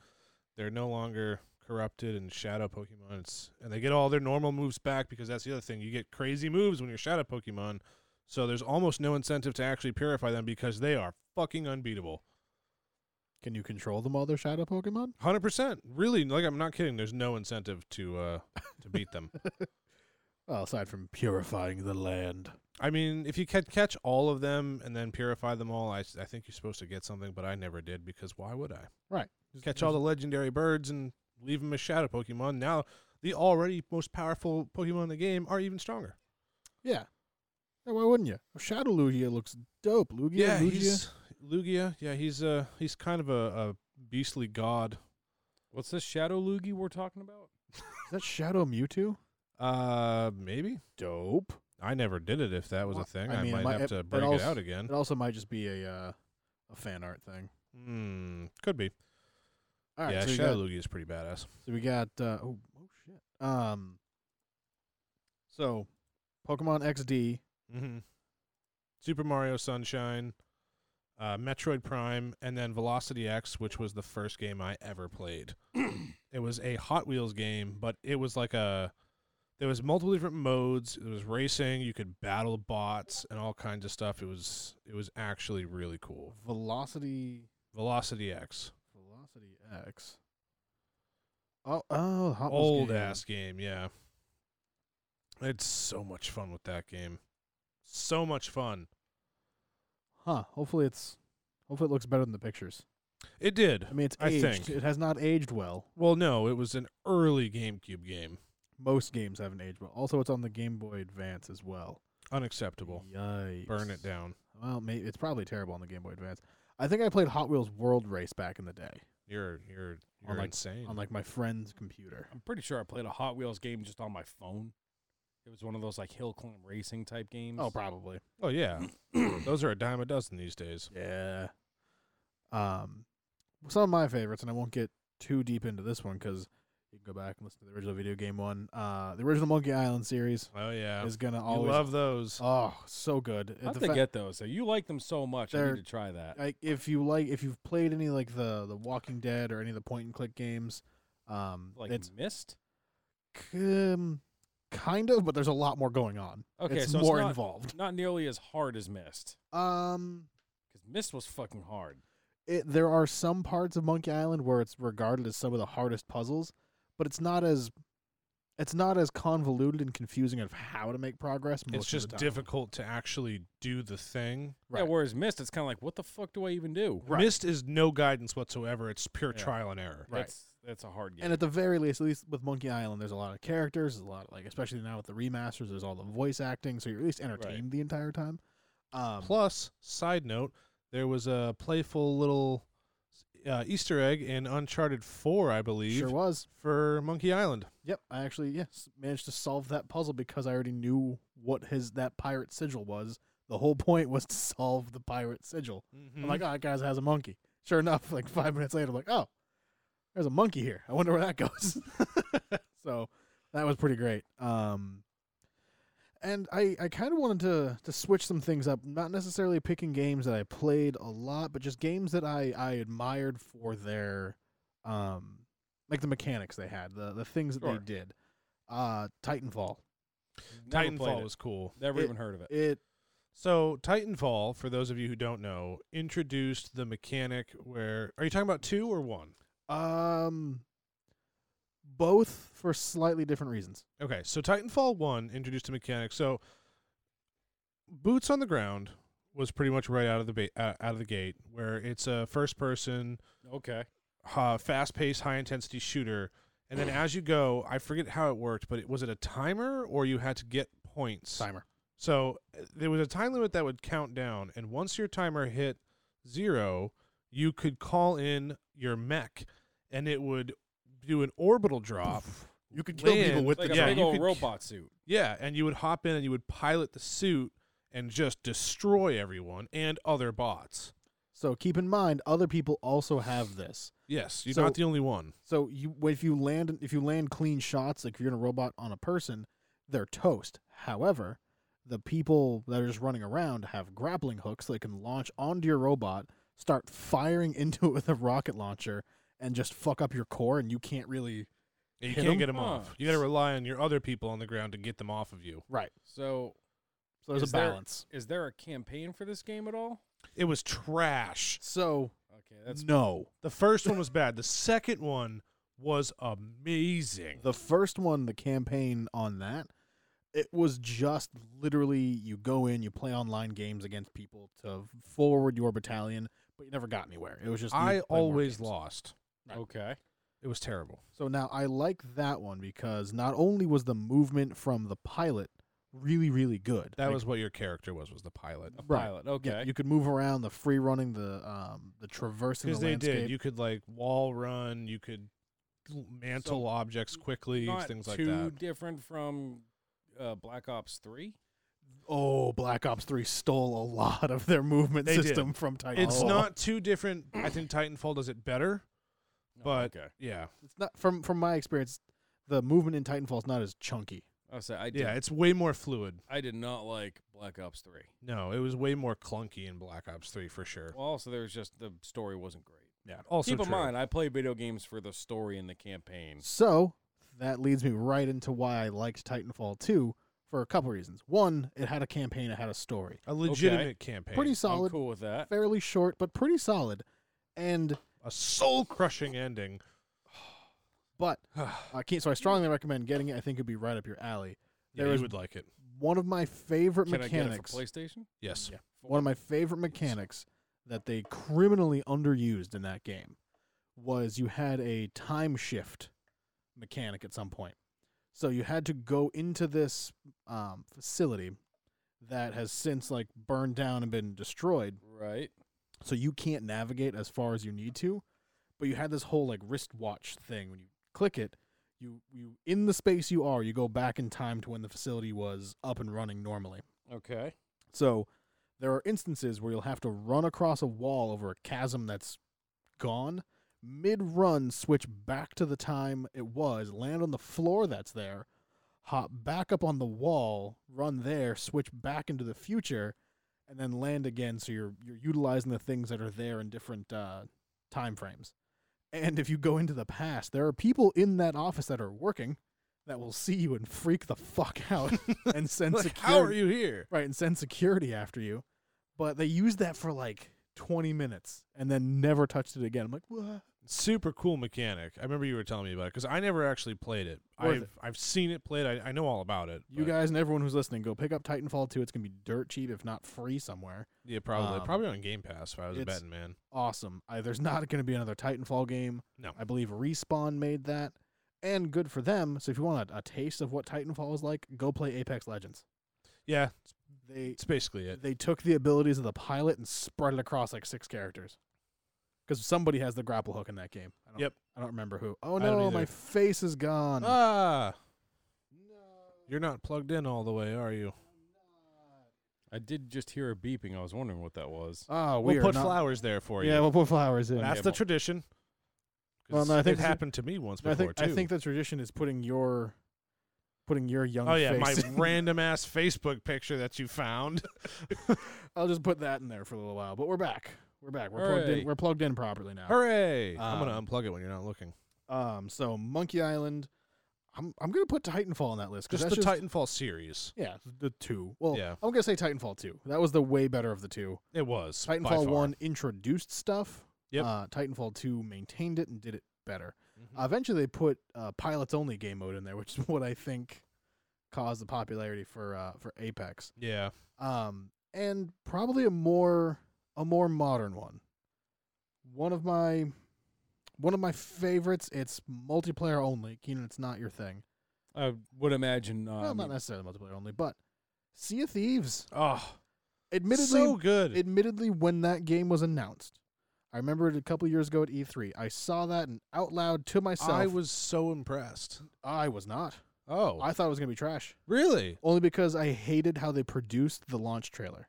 Speaker 2: they're no longer corrupted and shadow Pokemon. It's, and they get all their normal moves back because that's the other thing. You get crazy moves when you're shadow Pokemon, so there's almost no incentive to actually purify them because they are fucking unbeatable.
Speaker 4: Can you control them while they're shadow Pokemon?
Speaker 2: Hundred percent, really. Like I'm not kidding. There's no incentive to uh to beat them.
Speaker 4: Well, aside from purifying the land.
Speaker 2: I mean, if you ca- catch all of them and then purify them all, I, s- I think you're supposed to get something, but I never did because why would I?
Speaker 4: Right.
Speaker 2: catch all the legendary birds and leave them as shadow Pokemon. Now, the already most powerful Pokemon in the game are even stronger.
Speaker 4: Yeah. Yeah, Why wouldn't you? Shadow Lugia looks dope. Lugia, Lugia.
Speaker 2: he's Lugia. Yeah, he's uh he's kind of a, a beastly god.
Speaker 1: What's this Shadow Lugi we're talking about?
Speaker 4: Is that Shadow Mewtwo?
Speaker 2: Uh, maybe
Speaker 4: Dope.
Speaker 2: I never did it. If that was a
Speaker 4: Well,
Speaker 2: thing,
Speaker 4: I
Speaker 2: I,
Speaker 4: mean, it
Speaker 2: might
Speaker 4: might-
Speaker 2: have
Speaker 4: it-
Speaker 2: to
Speaker 4: it
Speaker 2: break it
Speaker 4: also-
Speaker 2: out again.
Speaker 4: It also might just be a uh, a fan art thing.
Speaker 2: Hmm, could be.
Speaker 4: All right,
Speaker 2: yeah,
Speaker 4: so, we
Speaker 2: Shadow
Speaker 4: got,
Speaker 2: Lugia is pretty badass.
Speaker 4: so we got uh, oh, oh shit. Um, so Pokemon XD.
Speaker 2: Mm-hmm. Super Mario Sunshine, uh, Metroid Prime, and then Velocity X, which was the first game I ever played. it was a Hot Wheels game, but it was like a there was multiple different modes. It was racing. You could battle bots and all kinds of stuff. It was it was actually really cool.
Speaker 4: Velocity
Speaker 2: Velocity X,
Speaker 4: Velocity X. Oh oh, Hot Wheels
Speaker 2: old
Speaker 4: game.
Speaker 2: ass game, yeah. I had so much fun with that game. So much fun.
Speaker 4: Huh. Hopefully it's hopefully it looks better than the pictures.
Speaker 2: It did.
Speaker 4: I mean, it's
Speaker 2: I
Speaker 4: aged.
Speaker 2: think.
Speaker 4: It has not aged well.
Speaker 2: Well, no, it was an early GameCube game.
Speaker 4: Most games haven't aged well. Also, it's on the Game Boy Advance as well.
Speaker 2: Unacceptable.
Speaker 4: Yikes.
Speaker 2: Burn it down.
Speaker 4: Well, maybe it's probably terrible on the Game Boy Advance. I think I played Hot Wheels World Race back in the day.
Speaker 2: You're you're You're
Speaker 4: like-
Speaker 2: insane.
Speaker 4: on like my friend's computer.
Speaker 1: I'm pretty sure I played a Hot Wheels game just on my phone. It was one of those like hill climb racing type games.
Speaker 4: Oh, probably.
Speaker 2: oh yeah, those are a dime a dozen these days.
Speaker 4: Yeah. Um, some of my favorites, and I won't get too deep into this one because you can go back and listen to the original video game one. Uh, the original Monkey Island series
Speaker 2: Oh yeah,
Speaker 4: is gonna
Speaker 2: I
Speaker 4: always
Speaker 2: love those.
Speaker 4: oh so good.
Speaker 1: How'd
Speaker 4: The
Speaker 1: they
Speaker 4: fa-
Speaker 1: get those? So you like them so much. I
Speaker 4: They're-
Speaker 1: need to try that.
Speaker 4: like if you like if you've played any like the the Walking Dead or any of the point and click games, um,
Speaker 1: like
Speaker 4: it's
Speaker 1: missed.
Speaker 4: k- um, kind of, but there's a lot more going on.
Speaker 1: Okay,
Speaker 4: it's
Speaker 1: so
Speaker 4: more
Speaker 1: it's not,
Speaker 4: involved.
Speaker 1: not nearly as hard as missed
Speaker 4: Um,
Speaker 1: because missed was fucking hard.
Speaker 4: it, there are some parts of Monkey Island where it's regarded as some of the hardest puzzles, but it's not as it's not as convoluted and confusing of how to make progress. Most
Speaker 2: It's
Speaker 4: of the
Speaker 2: just
Speaker 4: time.
Speaker 2: difficult to actually do the thing.
Speaker 1: Yeah,
Speaker 4: Right.
Speaker 1: whereas missed, it's kind of like what the fuck do I even do?
Speaker 4: Right.
Speaker 2: Mist is no guidance whatsoever. It's pure
Speaker 1: Yeah.
Speaker 2: trial and error.
Speaker 4: Right.
Speaker 1: That's that's a hard game.
Speaker 4: And at the very least, at least with Monkey Island, there's a lot of characters, there's a lot of, like especially now with the remasters, there's all the voice acting, so you're at least entertained the entire time. Um,
Speaker 2: Plus, side note, there was a playful little uh, Easter egg in Uncharted 4, I believe,
Speaker 4: sure was.
Speaker 2: for Monkey Island.
Speaker 4: Yep, I actually yes managed to solve that puzzle because I already knew what his that pirate sigil was. The whole point was to solve the pirate sigil.
Speaker 2: Mm-hmm.
Speaker 4: I'm like, oh, that guy has a monkey. Sure enough, like five minutes later, I'm like, oh, there's a monkey here. I wonder where that goes. so that was pretty great. Um, and I, I kind of wanted to, to switch some things up, not necessarily picking games that I played a lot, but just games that I, I admired for their, um, like the mechanics they had, the, the things that
Speaker 1: Sure.
Speaker 4: they did. Uh, Titanfall.
Speaker 1: Never played
Speaker 2: Titanfall
Speaker 1: it.
Speaker 2: was cool.
Speaker 1: never
Speaker 4: it-
Speaker 1: even heard of it.
Speaker 4: It
Speaker 2: So, Titanfall, for those of you who don't know, introduced the mechanic where. Are you talking about two or one?
Speaker 4: um, both for slightly different reasons.
Speaker 2: Okay, so Titanfall 1 introduced a mechanic. So, boots on the ground was pretty much right out of the ba- uh, out of the gate, where it's a first person
Speaker 1: Okay,
Speaker 2: uh, fast paced, high intensity shooter. And then as you go, I forget how it worked, but it, was it a timer or you had to get points?
Speaker 4: Timer.
Speaker 2: So uh, there was a time limit that would count down. And once your timer hit zero, you could call in your mech and it would do an orbital drop.
Speaker 4: You could kill people
Speaker 2: land-
Speaker 4: with
Speaker 1: it's like a
Speaker 4: the
Speaker 2: yeah,
Speaker 1: big
Speaker 2: you
Speaker 1: old
Speaker 2: could-
Speaker 1: robot suit.
Speaker 2: Yeah. And you would hop in and you would pilot the suit and just destroy everyone and other bots.
Speaker 4: So keep in mind, other people also have this.
Speaker 2: Yes. You're
Speaker 4: So-
Speaker 2: not the only one.
Speaker 4: So you, if you land, if you land clean shots, like if you're in a robot on a person, they're toast. However, the people that are just running around have grappling hooks that can launch onto your robot, start firing into it with a rocket launcher, and just fuck up your core, and you can't really.
Speaker 2: And
Speaker 4: Hit
Speaker 2: you can't
Speaker 4: 'em?
Speaker 2: get 'em get them
Speaker 1: Huh.
Speaker 2: off. You got to rely on your other people on the ground to get them off of you.
Speaker 4: Right.
Speaker 1: So
Speaker 4: So there's
Speaker 1: Is
Speaker 4: a
Speaker 1: there-
Speaker 4: balance.
Speaker 1: is there a campaign for this game at all?
Speaker 2: It was trash.
Speaker 4: So
Speaker 1: Okay, that's
Speaker 4: no.
Speaker 2: The first one was bad. The second one was amazing.
Speaker 4: The first one, the campaign on that, it was just literally you go in, you play online games against people to forward your battalion, but you never got anywhere. It was just you
Speaker 2: I
Speaker 4: play more
Speaker 2: always
Speaker 4: games.
Speaker 2: lost.
Speaker 1: okay.
Speaker 2: It was terrible.
Speaker 4: So now I like that one because not only was the movement from the pilot really, really good.
Speaker 2: That
Speaker 4: Like,
Speaker 2: was what your character was was the pilot.
Speaker 1: A
Speaker 4: Right.
Speaker 1: pilot.
Speaker 4: yeah,
Speaker 1: Okay.
Speaker 4: you could move around the free running, the um, the traversing the
Speaker 2: Because they
Speaker 4: landscape.
Speaker 2: did. You could like wall run. You could l- mantle
Speaker 1: So,
Speaker 2: objects quickly.
Speaker 1: Not
Speaker 2: Things like
Speaker 1: too
Speaker 2: that.
Speaker 1: different from uh, Black Ops Three.
Speaker 4: oh, Black Ops Three stole a lot of their movement
Speaker 2: They did.
Speaker 4: system from Titanfall.
Speaker 2: It's not too different. I think Titanfall does it better.
Speaker 1: No,
Speaker 2: But-
Speaker 1: Oh, okay,
Speaker 2: Yeah.
Speaker 4: It's not from from my experience. The movement in Titanfall is not as chunky.
Speaker 1: I was say I did.
Speaker 2: Yeah. It's way more fluid.
Speaker 1: I did not like Black Ops Three.
Speaker 2: No, it was way more clunky in Black Ops 3 for sure.
Speaker 1: Well, also there was just the story wasn't great.
Speaker 2: Yeah. Also,
Speaker 1: Keep in
Speaker 2: true.
Speaker 1: mind, I play video games for the story and the campaign.
Speaker 4: So that leads me right into why I liked Titanfall 2 for a couple reasons. One, it had a campaign, it had a story.
Speaker 2: a legitimate campaign.
Speaker 4: Pretty
Speaker 1: I'm
Speaker 4: solid,
Speaker 1: cool with that.
Speaker 4: fairly short, but pretty solid. And
Speaker 2: a soul crushing ending.
Speaker 4: but
Speaker 2: yeah,
Speaker 4: I can't, so I strongly recommend getting it. I think it'd be right up your alley. There
Speaker 2: you
Speaker 4: is
Speaker 2: would like it.
Speaker 4: One of my favorite
Speaker 1: Can I get it
Speaker 4: mechanics.
Speaker 1: for PlayStation?
Speaker 2: Yes.
Speaker 4: Yeah. One of my favorite mechanics that they criminally underused in that game was you had a time shift mechanic at some point. So you had to go into this um, facility that has since like burned down and been destroyed.
Speaker 1: Right.
Speaker 4: So you can't navigate as far as you need to, but you had this whole like wristwatch thing. When you click it, you you in the space you are, you go back in time to when the facility was up and running normally.
Speaker 1: Okay.
Speaker 4: So there are instances where you'll have to run across a wall over a chasm that's gone, mid run, switch back to the time it was, land on the floor that's there, hop back up on the wall, run there, switch back into the future, and then land again. So you're you're utilizing the things that are there in different uh, time frames. And if you go into the past, there are people in that office that are working that will see you and freak the fuck out and send
Speaker 2: Like,
Speaker 4: security
Speaker 2: how are you here?
Speaker 4: right and send security after you but they used that for like 20 minutes and then never touched it again i'm like what
Speaker 2: Super cool mechanic. I remember you were telling me about it because I never actually played it.
Speaker 4: Worth
Speaker 2: I've I've seen it played. I, I know all about it.
Speaker 4: you
Speaker 2: but-
Speaker 4: guys and everyone who's listening go pick up titanfall 2 it's going to be dirt cheap if not free somewhere
Speaker 2: yeah, probably
Speaker 4: um,
Speaker 2: probably on Game Pass if I was a
Speaker 4: it's-
Speaker 2: betting man.
Speaker 4: awesome I, there's not going to be another titanfall game
Speaker 2: No.
Speaker 4: i believe respawn made that and good for them so if you want a, a taste of what titanfall is like go play apex legends
Speaker 2: Yeah,
Speaker 4: they
Speaker 2: it's basically it.
Speaker 4: they took the abilities of the pilot and spread it across like six characters. Because somebody has the grapple hook in that game. I don't,
Speaker 2: Yep.
Speaker 4: I don't remember who. Oh
Speaker 2: I don't
Speaker 4: no, my
Speaker 2: either.
Speaker 4: face is gone.
Speaker 2: Ah, you're not plugged in all the way, are you?
Speaker 1: I did just hear a beeping. I was wondering what that was.
Speaker 4: Ah, we
Speaker 2: We'll
Speaker 4: are
Speaker 2: put
Speaker 4: not-
Speaker 2: flowers there for you.
Speaker 4: Yeah, we'll put flowers in.
Speaker 1: Okay,
Speaker 2: That's the
Speaker 1: well-
Speaker 2: tradition. 'Cause
Speaker 4: Well, no, I think
Speaker 2: it
Speaker 4: it's-
Speaker 2: happened to me once
Speaker 4: I
Speaker 2: before
Speaker 4: think
Speaker 2: too.
Speaker 4: I think the tradition is putting your putting your young
Speaker 2: oh yeah,
Speaker 4: face.
Speaker 2: my random ass Facebook picture that you found.
Speaker 4: I'll just put that in there for a little while. But we're back. We're back. We're plugged
Speaker 1: Hooray.
Speaker 4: in. We're plugged in properly now.
Speaker 2: Hooray! I'm gonna
Speaker 4: Um,
Speaker 2: unplug it when you're not looking.
Speaker 4: Um, so Monkey Island. I'm I'm gonna put Titanfall on that list. 'cause
Speaker 2: Just the
Speaker 4: that's
Speaker 2: Titanfall series.
Speaker 4: Yeah, the two. Well,
Speaker 2: Yeah.
Speaker 4: I'm gonna say Titanfall two. That was the way better of the two.
Speaker 2: It was by
Speaker 4: Titanfall
Speaker 2: far.
Speaker 4: one introduced stuff.
Speaker 2: Yep.
Speaker 4: Uh, Titanfall two maintained it and did it better.
Speaker 2: Mhm.
Speaker 4: Uh, eventually, they put uh, pilots only game mode in there, which is what I think caused the popularity for uh, for Apex.
Speaker 2: Yeah,
Speaker 4: Um, and probably a more a more modern one. One of my one of my favorites. It's multiplayer only. Keenan, it's not your thing.
Speaker 1: I would imagine. Uh,
Speaker 2: Um,
Speaker 4: well,
Speaker 1: I
Speaker 4: not
Speaker 1: mean,
Speaker 4: necessarily multiplayer only, but Sea of Thieves.
Speaker 2: oh,
Speaker 4: Admittedly,
Speaker 2: so good.
Speaker 4: admittedly when that game was announced i remember it a couple years ago at e3 i saw that and out loud to myself
Speaker 2: I was so impressed.
Speaker 4: I was not
Speaker 2: Oh,
Speaker 4: i thought it was going to be trash
Speaker 2: really?
Speaker 4: only because i hated how they produced the launch trailer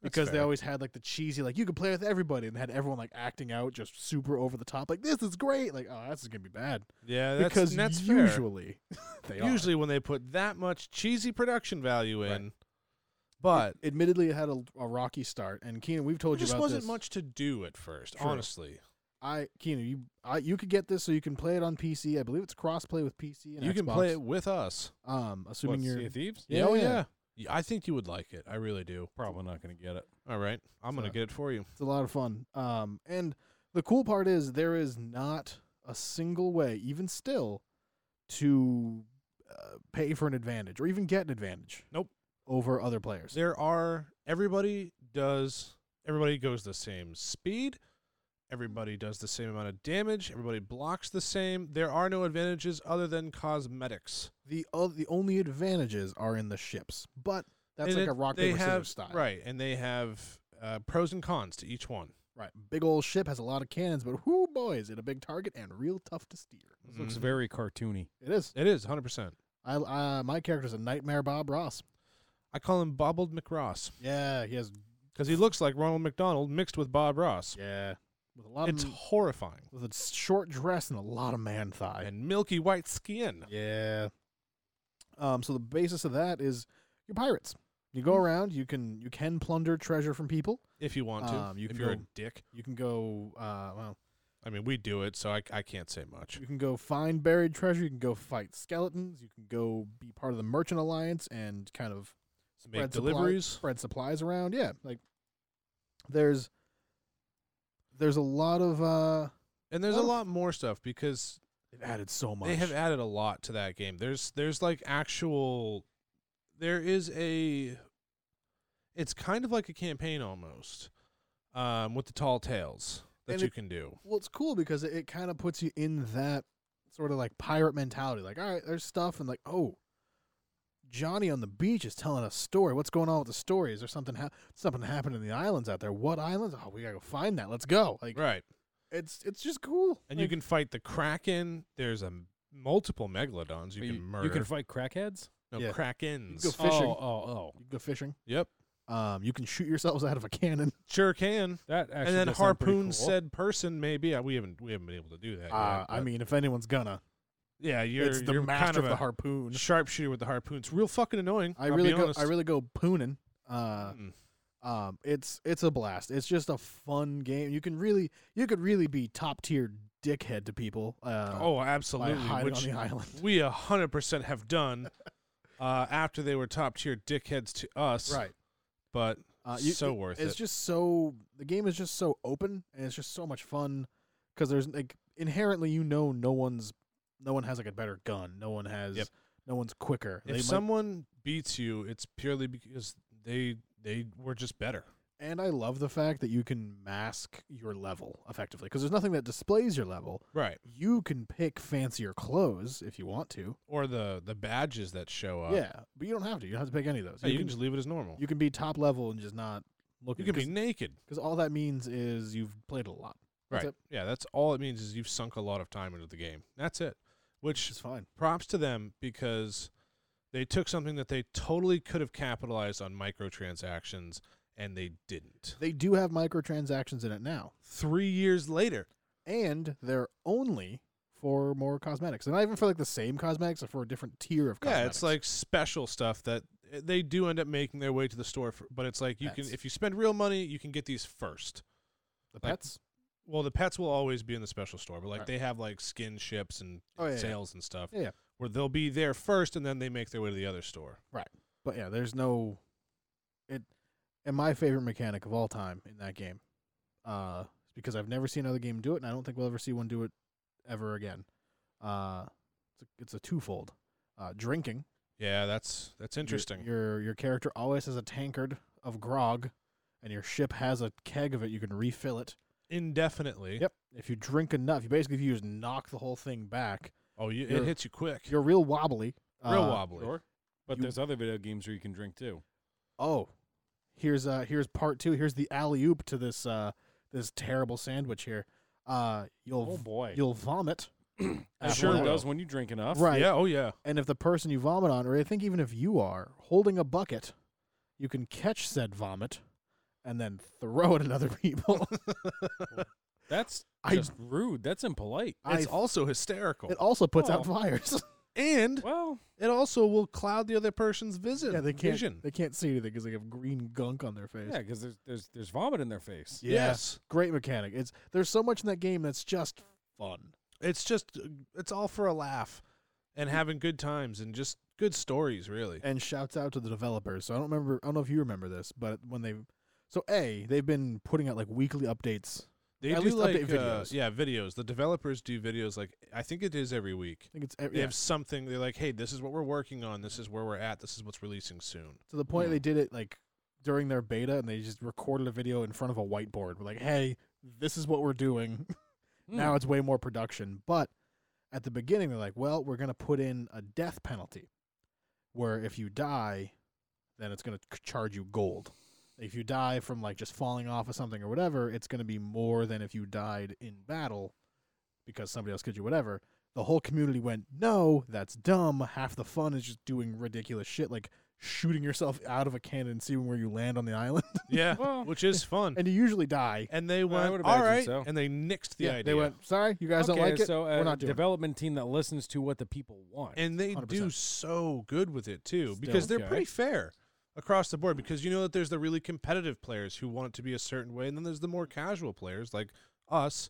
Speaker 2: That's
Speaker 4: because they
Speaker 2: fair.
Speaker 4: always had like the cheesy like you could play with everybody and had everyone like acting out just super over the top like this is great like oh this is going to be bad
Speaker 2: Yeah, that's
Speaker 4: because
Speaker 2: and that's fair.
Speaker 4: usually they are.
Speaker 2: usually when they put that much cheesy production value
Speaker 4: Right.
Speaker 2: in, but
Speaker 4: admittedly it had a, a rocky start and keenan we've told
Speaker 2: there just
Speaker 4: you about
Speaker 2: wasn't
Speaker 4: this.
Speaker 2: much to do at first.
Speaker 4: True.
Speaker 2: Honestly,
Speaker 4: i keenan you I, you could get this so you can play it on pc i believe it's cross play with pc and
Speaker 2: you can play
Speaker 4: Xbox.
Speaker 2: it with us.
Speaker 4: Um,
Speaker 1: what,
Speaker 4: assuming you're
Speaker 1: Sea of Thieves?
Speaker 4: Yeah,
Speaker 2: oh
Speaker 4: yeah.
Speaker 2: yeah. Y- I think you would like it. I really do.
Speaker 1: Probably not going to get it.
Speaker 2: All right, I'm gonna
Speaker 4: So-
Speaker 2: get it for you.
Speaker 4: it's a lot of fun. Um, and the cool part is there is not a single way, even still, to uh, pay for an advantage or even get an advantage.
Speaker 2: Nope.
Speaker 4: Over other players.
Speaker 2: There are everybody does everybody goes the same speed. Everybody does the same amount of damage. Everybody blocks the same. There are no advantages other than cosmetics.
Speaker 4: The o- the only advantages are in the ships, but that's
Speaker 2: And
Speaker 4: like
Speaker 2: it-
Speaker 4: a rock
Speaker 2: they
Speaker 4: paper
Speaker 2: have,
Speaker 4: scissors style.
Speaker 2: right? And they have uh, pros and cons to each one.
Speaker 4: Right. Big old ship has a lot of cannons, but whoo boy, is it a big target and real tough to steer. Mm.
Speaker 1: This looks
Speaker 2: Mhm.
Speaker 1: very cartoony.
Speaker 4: It is.
Speaker 2: It is 100%.
Speaker 4: I uh, my character's a nightmare Bob Ross.
Speaker 2: I call him Bobbled McRoss
Speaker 4: Yeah, he has
Speaker 2: because he looks like Ronald McDonald mixed with Bob Ross.
Speaker 4: yeah, with a lot
Speaker 2: It's
Speaker 4: of
Speaker 2: horrifying.
Speaker 4: with a s- short dress and a lot of man thigh.
Speaker 2: And milky white skin.
Speaker 4: yeah. Um. So the basis of that is you're pirates. You go around. You can you can plunder treasure from people.
Speaker 2: If you want to.
Speaker 4: Um, you
Speaker 2: if
Speaker 4: can
Speaker 2: you're
Speaker 4: go-
Speaker 2: a dick.
Speaker 4: You can go. Uh. Well.
Speaker 2: I mean, we do it, so I, I can't say much.
Speaker 4: You can go find buried treasure. You can go fight skeletons. You can go be part of the merchant alliance and kind of
Speaker 2: Make
Speaker 4: spread supply-
Speaker 2: deliveries.
Speaker 4: spread supplies around. Yeah. Like there's there's a lot of uh.
Speaker 2: And there's a
Speaker 4: Oh.
Speaker 2: lot more stuff because
Speaker 4: They've added so much.
Speaker 2: They have added a lot to that game. There's there's like actual there is a it's kind of like a campaign almost. Um with the tall tales that
Speaker 4: And
Speaker 2: you
Speaker 4: it-
Speaker 2: can do.
Speaker 4: Well, it's cool because it, it kind of puts you in that sort of like pirate mentality. Like, all right, there's stuff, and like, oh, Johnny on the beach is telling a story. What's going on with the story? Is there something hap something happened in the islands out there? What islands? Oh, we gotta go find that. Let's go. Like,
Speaker 2: Right.
Speaker 4: It's it's just cool.
Speaker 2: and you can fight the kraken. There's a m- multiple megalodons you,
Speaker 1: You,
Speaker 2: can murder.
Speaker 1: you can fight crackheads.
Speaker 2: no
Speaker 4: yeah.
Speaker 2: krakens.
Speaker 4: You go Fishing.
Speaker 1: Oh, oh, oh.
Speaker 4: You can go fishing.
Speaker 2: yep,
Speaker 4: Um, you can shoot yourselves out of a cannon.
Speaker 2: sure can.
Speaker 1: That actually
Speaker 2: and then
Speaker 1: does sound pretty
Speaker 2: harpoon
Speaker 1: cool.
Speaker 2: said person. Maybe uh, we haven't we haven't been able to do that.
Speaker 4: Uh,
Speaker 2: yet,
Speaker 4: I
Speaker 2: but-
Speaker 4: mean, if anyone's gonna,
Speaker 2: yeah, you're
Speaker 4: it's the
Speaker 2: you're
Speaker 4: master
Speaker 2: kind of,
Speaker 4: of, the
Speaker 2: a
Speaker 4: harpoon.
Speaker 2: sharpshooter with the harpoon. It's real fucking annoying.
Speaker 4: I
Speaker 2: I'll
Speaker 4: really
Speaker 2: be
Speaker 4: go.
Speaker 2: honest.
Speaker 4: I really go pooning. Uh,
Speaker 2: Mm.
Speaker 4: um, it's it's a blast. It's just a fun game. You can really you could really be top tier dickhead to people. Uh,
Speaker 2: oh,
Speaker 4: by
Speaker 2: absolutely.
Speaker 4: hiding on
Speaker 2: Which
Speaker 4: the island.
Speaker 2: we a hundred percent have done uh, after they were top tier dickheads to us. but
Speaker 4: Uh, you,
Speaker 2: so
Speaker 4: it-
Speaker 2: worth
Speaker 4: It's
Speaker 2: it.
Speaker 4: just so the game is just so open and it's just so much fun because there's like inherently you know no one's no one has like a better gun. No one has
Speaker 2: Yep.
Speaker 4: no one's quicker.
Speaker 2: if
Speaker 4: They might-
Speaker 2: someone beats you, it's purely because they they were just better.
Speaker 4: and I love the fact that you can mask your level effectively because there's nothing that displays your level.
Speaker 2: Right.
Speaker 4: You can pick fancier clothes if you want to.
Speaker 2: Or the the badges that show up.
Speaker 4: yeah, but you don't have to. You don't have to pick any of those.
Speaker 2: Yeah, you, can, just leave it as normal.
Speaker 4: you can be top level and just not look.
Speaker 2: You can be naked.
Speaker 4: because all that means is you've played it a lot.
Speaker 2: Right.
Speaker 4: That's
Speaker 2: Yeah, that's all it means is you've sunk a lot of time into the game. That's it. Which
Speaker 4: Which is fine.
Speaker 2: props to them because they took something that they totally could have capitalized on microtransactions and they didn't.
Speaker 4: They do have microtransactions in it now,
Speaker 2: Three years later.
Speaker 4: and they're only for more cosmetics. They're not even for like the same cosmetics, they're for a different tier of cosmetics.
Speaker 2: Yeah, it's like special stuff that uh, they do end up making their way to the store for, but it's like you
Speaker 4: Pets.
Speaker 2: can if you spend real money, you can get these first.
Speaker 4: the
Speaker 2: like-
Speaker 4: pets.
Speaker 2: Well, the pets will always be in the special store, but like
Speaker 4: Right.
Speaker 2: they have like skin ships and
Speaker 4: Oh, yeah, yeah.
Speaker 2: sales and stuff.
Speaker 4: Yeah, yeah.
Speaker 2: Where they'll be there first and then they make their way to the other store.
Speaker 4: But yeah, there's no it and my favorite mechanic of all time in that game. Uh because I've never seen another game do it and I don't think we'll ever see one do it ever again. Uh it's a, it's a twofold. Uh drinking.
Speaker 2: Yeah, that's that's
Speaker 4: Your-
Speaker 2: interesting.
Speaker 4: Your your character always has a tankard of grog and your ship has a keg of it you can refill it.
Speaker 2: Indefinitely.
Speaker 4: Yep. If you drink enough, you basically if you just knock the whole thing back.
Speaker 2: Oh, you, it
Speaker 4: You're-
Speaker 2: hits you quick.
Speaker 4: You're real wobbly.
Speaker 2: Real
Speaker 4: Uh,
Speaker 2: wobbly.
Speaker 1: Sure. But
Speaker 4: You-
Speaker 1: there's other video games where you can drink too.
Speaker 4: Oh, here's uh here's part two. Here's the alley oop to this uh this terrible sandwich here. Uh, you'll
Speaker 1: Oh
Speaker 4: v-
Speaker 1: boy.
Speaker 4: you'll vomit.
Speaker 1: That
Speaker 4: Sure
Speaker 1: one
Speaker 4: will.
Speaker 1: does when you drink enough.
Speaker 4: Right.
Speaker 2: Yeah, oh yeah.
Speaker 4: And if the person you vomit on, or I think even if you are holding a bucket, you can catch said vomit and then throw it at other people.
Speaker 1: That's
Speaker 4: I-
Speaker 1: just rude. That's impolite.
Speaker 4: I,
Speaker 2: It's also hysterical.
Speaker 4: it also puts out
Speaker 1: Oh.
Speaker 4: fires.
Speaker 2: and
Speaker 1: Well,
Speaker 2: it also will cloud the other person's vision.
Speaker 4: yeah, they can't
Speaker 2: vision.
Speaker 4: they can't see anything because they have green gunk on their face.
Speaker 1: yeah, because there's there's there's vomit in their face.
Speaker 4: Yeah.
Speaker 2: Yes.
Speaker 4: Great mechanic. It's there's so much in that game that's just fun.
Speaker 2: It's just it's all for a laugh and having good times and just good stories really.
Speaker 4: and shouts out to the developers. So I don't remember. I don't know if you remember this, but when they, so a they've been putting out like weekly updates.
Speaker 2: They
Speaker 4: At
Speaker 2: do
Speaker 4: least
Speaker 2: like
Speaker 4: update
Speaker 2: uh,
Speaker 4: videos.
Speaker 2: yeah, videos. The developers do videos like I think it is every week.
Speaker 4: I think it's ev-
Speaker 2: They
Speaker 4: yeah,
Speaker 2: have something they're like, "Hey, this is what we're working on. This is where we're at. This is what's releasing soon."
Speaker 4: to the point
Speaker 1: Yeah.
Speaker 4: they did it like during their beta, and they just recorded a video in front of a whiteboard. We're like, hey, this is what we're doing.
Speaker 1: Hmm.
Speaker 4: Now it's way more production, but at the beginning they're like, well, we're gonna put in a death penalty, where if you die, then it's gonna c- charge you gold. If you die from like just falling off of something or whatever, it's gonna be more than if you died in battle because somebody else killed you, whatever. The whole community went, no, that's dumb. Half the fun is just doing ridiculous shit like shooting yourself out of a cannon and seeing where you land on the island,
Speaker 2: Yeah,
Speaker 1: Well,
Speaker 2: which is fun.
Speaker 4: and you usually die.
Speaker 2: And they
Speaker 1: I
Speaker 2: went,
Speaker 1: would
Speaker 2: "All
Speaker 1: imagine
Speaker 2: right,"
Speaker 1: so.
Speaker 2: and they nixed the
Speaker 4: yeah,
Speaker 2: idea.
Speaker 4: they went, sorry, you guys
Speaker 1: okay,
Speaker 4: don't like it.
Speaker 1: so uh,
Speaker 4: We're
Speaker 1: a
Speaker 4: not doing. it."
Speaker 1: development team that listens to what the people want.
Speaker 2: and they do
Speaker 4: 100%.
Speaker 2: so good with it too
Speaker 4: Still.
Speaker 2: because they're
Speaker 1: Okay.
Speaker 2: pretty fair across the board because you know that there's the really competitive players who want it to be a certain way and then there's the more casual players like us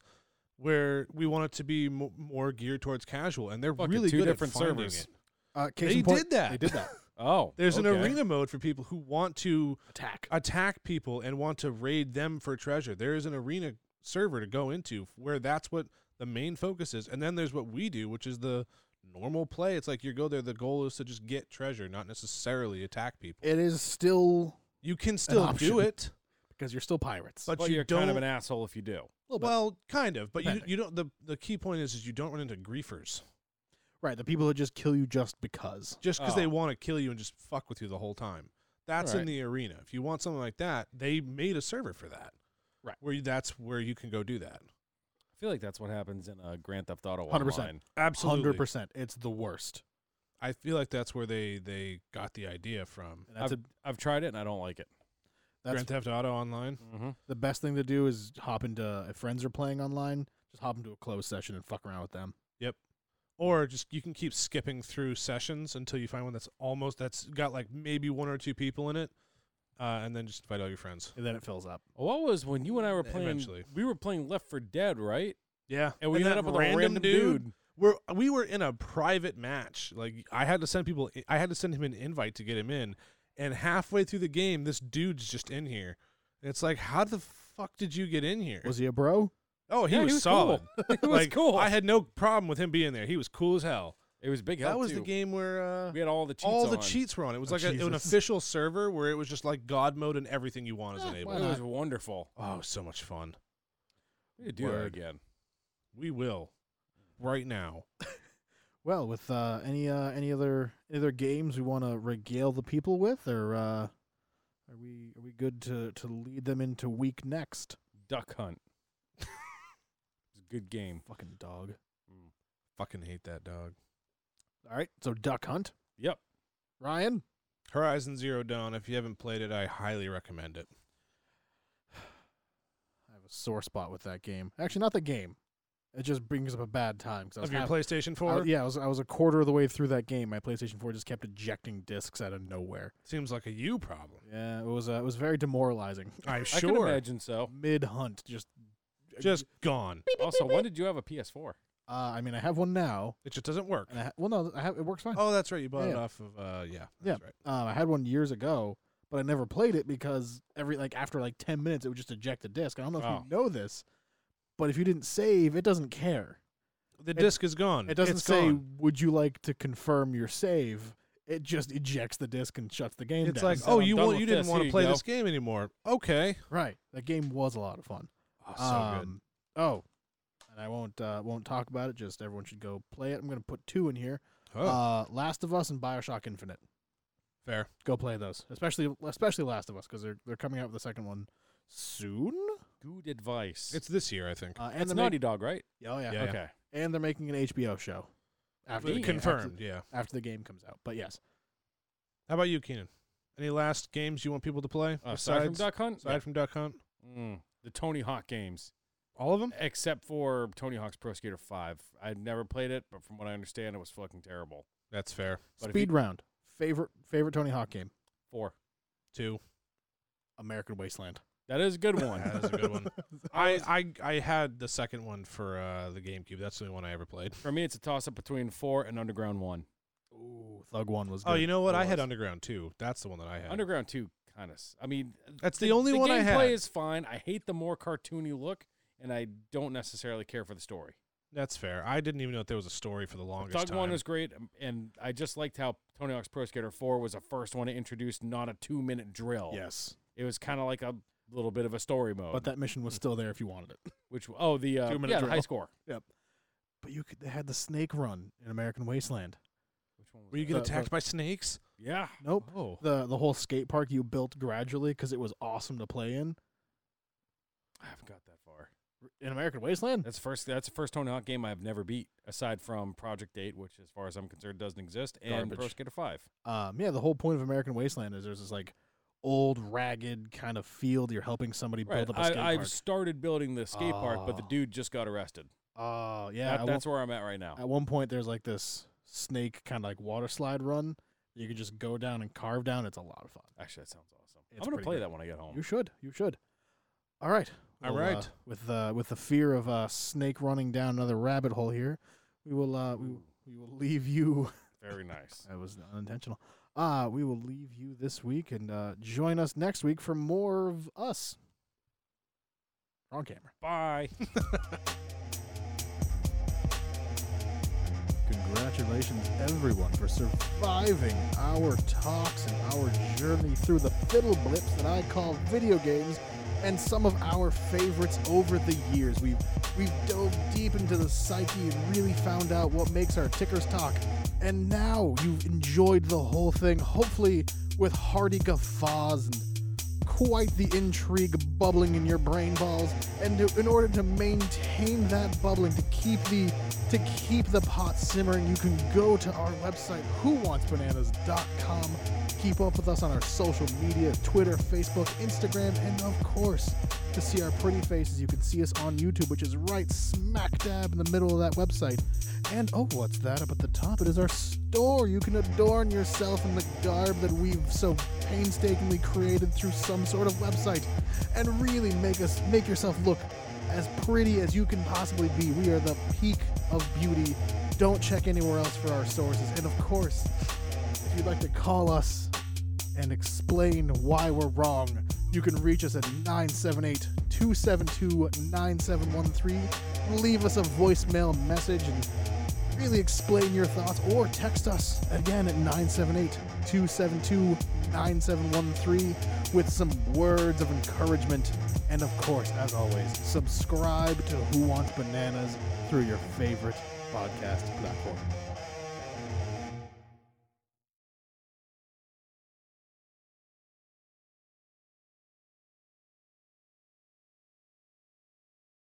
Speaker 2: where we want it to be mo- more geared towards casual and they're
Speaker 1: Fucking
Speaker 2: really
Speaker 1: two
Speaker 2: good
Speaker 1: different
Speaker 2: at finding
Speaker 1: servers.
Speaker 2: it.
Speaker 4: Uh, case
Speaker 2: They
Speaker 4: in point,
Speaker 2: did that.
Speaker 4: They did that.
Speaker 1: oh,
Speaker 2: There's an
Speaker 1: okay.
Speaker 2: arena mode for people who want to
Speaker 4: Attack.
Speaker 2: attack people and want to raid them for treasure. There is an arena server to go into where that's what the main focus is. And then there's what we do, which is the normal play. It's like you go there, the goal is to just get treasure, not necessarily attack people.
Speaker 4: It is still
Speaker 2: You can still do
Speaker 4: option.
Speaker 2: it,
Speaker 4: because you're still pirates.
Speaker 2: but,
Speaker 1: But
Speaker 2: you
Speaker 1: you're
Speaker 2: don't.
Speaker 1: kind of an asshole if you do.
Speaker 2: well, kind of, but you,
Speaker 4: Depending.
Speaker 2: you don't. The, the key point is, is you don't run into griefers
Speaker 4: right, the people who just kill you just because.
Speaker 2: just because they
Speaker 1: Oh.
Speaker 2: want to kill you and just fuck with you the whole time. That's in
Speaker 1: Right.
Speaker 2: the arena. If you want something like that, they made a server for that,
Speaker 4: Right.
Speaker 2: Where you, that's where you can go do that.
Speaker 1: feel like that's what happens in uh, Grand Theft Auto
Speaker 4: 100%.
Speaker 1: Online.
Speaker 2: Absolutely.
Speaker 4: Hundred percent, it's the worst.
Speaker 2: I feel like that's where they they got the idea from.
Speaker 4: And that's a,
Speaker 1: I've tried it and I don't like it.
Speaker 4: that's
Speaker 2: Grand Theft Auto Online.
Speaker 1: Mm-hmm.
Speaker 4: the best thing to do is hop into if friends are playing online, just hop into a closed session and fuck around with them.
Speaker 2: or just you can keep skipping through sessions until you find one that's almost that's got like maybe one or two people in it uh, and then just invite all your friends
Speaker 4: And then it fills up.
Speaker 1: What was when you and I were playing?
Speaker 2: Eventually.
Speaker 1: We were playing Left for Dead, right?
Speaker 2: yeah
Speaker 1: And we ended up with a random dude.
Speaker 2: we're, we were in a private match like i had to send people i had to send him an invite to get him in and halfway through the game this dude's just in here it's like how the fuck did you get in here
Speaker 4: Was he a bro?
Speaker 2: oh he
Speaker 1: Yeah,
Speaker 2: was, solid
Speaker 1: Cool. It was
Speaker 2: Like,
Speaker 1: cool.
Speaker 2: i had no problem with him being there he was cool as hell
Speaker 1: it was big.
Speaker 2: that
Speaker 1: help,
Speaker 2: was the
Speaker 1: too.
Speaker 2: game where uh,
Speaker 1: We had all the cheats.
Speaker 2: all the
Speaker 1: on.
Speaker 2: cheats were on. It was
Speaker 4: Oh,
Speaker 2: like a, an
Speaker 4: Jesus.
Speaker 2: official server where it was just like God mode and everything you want is
Speaker 4: Ah,
Speaker 1: It
Speaker 4: why
Speaker 2: enabled.
Speaker 4: not?
Speaker 1: was wonderful.
Speaker 2: Oh, so much fun.
Speaker 1: We could do that
Speaker 2: Word.
Speaker 1: again.
Speaker 2: We will right now.
Speaker 4: Well, with uh, any uh, any other any other games we want to regale the people with, or uh, are we are we good to to lead them into week next?
Speaker 1: Duck Hunt. it's a good game.
Speaker 4: Fucking dog.
Speaker 2: Fucking hate that dog.
Speaker 4: All right, so Duck Hunt.
Speaker 1: Yep.
Speaker 4: Ryan,
Speaker 2: Horizon Zero Dawn. If you haven't played it, I highly recommend it.
Speaker 4: I have a sore spot with that game. Actually, not the game. It just brings up a bad time because I was
Speaker 2: Of your
Speaker 4: half-
Speaker 2: PlayStation
Speaker 4: I-
Speaker 1: Oh,
Speaker 2: Four,
Speaker 4: yeah, I was I was a quarter of the way through that game. My PlayStation 4 just kept ejecting discs out of nowhere.
Speaker 2: seems like a you problem.
Speaker 4: Yeah, it was uh, it was very demoralizing.
Speaker 2: I'm
Speaker 1: I can
Speaker 2: sure.
Speaker 1: imagine so.
Speaker 4: Mid hunt, just
Speaker 2: Just gone.
Speaker 1: Also, when did you have a PS4?
Speaker 4: uh, I mean, I have one now,
Speaker 2: It just doesn't work.
Speaker 1: Uh,
Speaker 4: and I ha- well, no, I have it works fine.
Speaker 2: Oh, that's right. You bought
Speaker 4: Yeah.
Speaker 2: it off of. Uh, yeah.
Speaker 4: Yeah.
Speaker 2: That's right.
Speaker 4: Um, I had one years ago, but I never played it because every like after like ten minutes, it would just eject the disc. I don't know if
Speaker 1: Oh.
Speaker 4: you know this, but if you didn't save, it doesn't care.
Speaker 2: The disc is gone.
Speaker 4: It doesn't
Speaker 2: It's
Speaker 4: say,
Speaker 2: gone.
Speaker 4: "Would you like to confirm your save?" It just ejects the disc and shuts the game
Speaker 2: It's
Speaker 4: down.
Speaker 2: like,
Speaker 1: said,
Speaker 2: oh,
Speaker 1: "I'm
Speaker 2: you
Speaker 1: done
Speaker 2: want,
Speaker 1: with
Speaker 2: you didn't
Speaker 1: this.
Speaker 2: want
Speaker 1: Here
Speaker 2: to
Speaker 1: you
Speaker 2: play
Speaker 1: go."
Speaker 2: this game anymore. Okay.
Speaker 4: right. That game was a lot of fun.
Speaker 2: Oh, so good.
Speaker 4: Um, Oh, and I won't uh, won't talk about it. Just everyone should go play it. I'm going to put two in here:
Speaker 2: Oh,
Speaker 4: uh, Last of Us and Bioshock Infinite.
Speaker 2: fair.
Speaker 4: Go play those, especially especially Last of Us, because they're they're coming out with the second one soon.
Speaker 1: Good advice.
Speaker 2: It's this year, I think.
Speaker 4: Uh, and
Speaker 1: it's
Speaker 4: they're
Speaker 1: Naughty Dog, right?
Speaker 4: Make, oh yeah.
Speaker 2: Yeah.
Speaker 1: Okay.
Speaker 4: and they're making an HBO show after the
Speaker 1: Neat.
Speaker 4: game-
Speaker 2: Confirmed.
Speaker 4: after,
Speaker 2: Yeah.
Speaker 4: after the game comes out. But yes,
Speaker 2: How about you, Keenan? Any last games you want people to play
Speaker 1: Uh, aside from
Speaker 2: besides-
Speaker 1: Duck Hunt,
Speaker 2: aside Uh, from Duck Hunt?
Speaker 1: Mm, the Tony Hawk games,
Speaker 2: All of them?
Speaker 1: except for Tony Hawk's Pro Skater Five. I'd never played it, but from what I understand, it was fucking terrible.
Speaker 2: That's fair.
Speaker 1: But if
Speaker 4: speed
Speaker 1: you-
Speaker 4: round favorite favorite Tony Hawk game,
Speaker 1: Four.
Speaker 2: Two.
Speaker 4: American Wasteland.
Speaker 1: That is a good
Speaker 2: That
Speaker 1: one.
Speaker 2: is a good one. I, I I had the second one for uh, the GameCube. That's the only one I ever played.
Speaker 1: for me, it's a toss up between four and Underground One.
Speaker 4: Ooh, Thug One was. Good.
Speaker 2: Oh, you know what?
Speaker 4: It
Speaker 2: I had
Speaker 4: was.
Speaker 2: Underground too. That's the one that I had.
Speaker 1: Underground Two, kind of. I mean,
Speaker 2: That's the only one I
Speaker 1: gameplay
Speaker 2: had.
Speaker 1: is fine. I hate the more cartoony look, and I don't necessarily care for the story.
Speaker 2: That's fair. I didn't even know if there was a story for the longest
Speaker 1: Thug
Speaker 2: time.
Speaker 1: One was great, um, and I just liked how Tony Hawk's Pro Skater Four was the first one to introduce not a two minute drill.
Speaker 4: Yes,
Speaker 1: it was kind of like a little bit of a story mode.
Speaker 4: but that mission was still there if you wanted it.
Speaker 1: which oh the uh,
Speaker 4: Two-minute
Speaker 1: yeah the
Speaker 4: drill.
Speaker 1: high score.
Speaker 4: But you could, they had the snake run in American Wasteland.
Speaker 1: Which one
Speaker 2: Were you
Speaker 4: get
Speaker 2: getting
Speaker 4: Uh,
Speaker 2: attacked
Speaker 4: uh,
Speaker 2: by snakes?
Speaker 1: Yeah.
Speaker 4: Nope.
Speaker 2: Oh,
Speaker 4: The the whole skate park you built gradually because it was awesome to play in.
Speaker 1: I haven't got that far.
Speaker 4: In American Wasteland,
Speaker 1: That's the first. That's the first Tony Hawk game I've never beat, aside from Project Eight, which, as far as I'm concerned, doesn't exist, and Pro
Speaker 4: Garbage.
Speaker 1: Skater Five.
Speaker 4: um, yeah, the whole point of American Wasteland is there's this like old ragged kind of field. You're helping somebody
Speaker 1: Right.
Speaker 4: build up a skate
Speaker 1: I, I've
Speaker 4: park.
Speaker 1: started building the skate park, but the
Speaker 4: Oh.
Speaker 1: dude just got arrested.
Speaker 4: Oh yeah,
Speaker 1: That-
Speaker 4: at
Speaker 1: that's where I'm at right now.
Speaker 4: one, at one point there's like this snake kind of like water slide run. You could just go down and carve down. It's a lot of fun.
Speaker 1: Actually, that sounds awesome.
Speaker 4: It's
Speaker 1: I'm gonna
Speaker 4: pretty
Speaker 1: play
Speaker 4: good.
Speaker 1: that when I get home.
Speaker 4: You should. You should. All right.
Speaker 2: All
Speaker 4: Well, uh,
Speaker 2: right.
Speaker 4: with uh, with the fear of uh, snake running down another rabbit hole here, we will uh, we,
Speaker 1: Ooh,
Speaker 4: we will leave you.
Speaker 1: very nice.
Speaker 4: That was unintentional. Uh, we will leave you this week and uh, join us next week for more of us. Wrong camera.
Speaker 1: Bye.
Speaker 4: Congratulations, everyone, for surviving our talks and our journey through the fiddle blips that I call video games and some of our favorites over the years. We've, we've dove deep into the psyche and really found out what makes our tickers talk. And now you've enjoyed the whole thing, hopefully with hearty guffaws and quite the intrigue bubbling in your brain balls, and to, in order to maintain that bubbling, to keep the to keep the pot simmering, you can go to our website, whowantsbananas.com. Keep up with us on our social media, Twitter, Facebook, Instagram, and of course, to see our pretty faces, you can see us on YouTube, which is right smack dab in the middle of that website. And oh, what's that up at the top? It is our store. You can adorn yourself in the garb that we've so painstakingly created through some sort of website, and really make us make yourself look as pretty as you can possibly be. We are the peak of beauty. Don't check anywhere else for our sources. And of course, if you'd like to call us and explain why we're wrong, you can reach us at 978 272 9713. Leave us a voicemail message and really explain your thoughts or text us again at 978 272 9713 with some words of encouragement. And of course, as always, subscribe to Who Wants Bananas through your favorite podcast platform.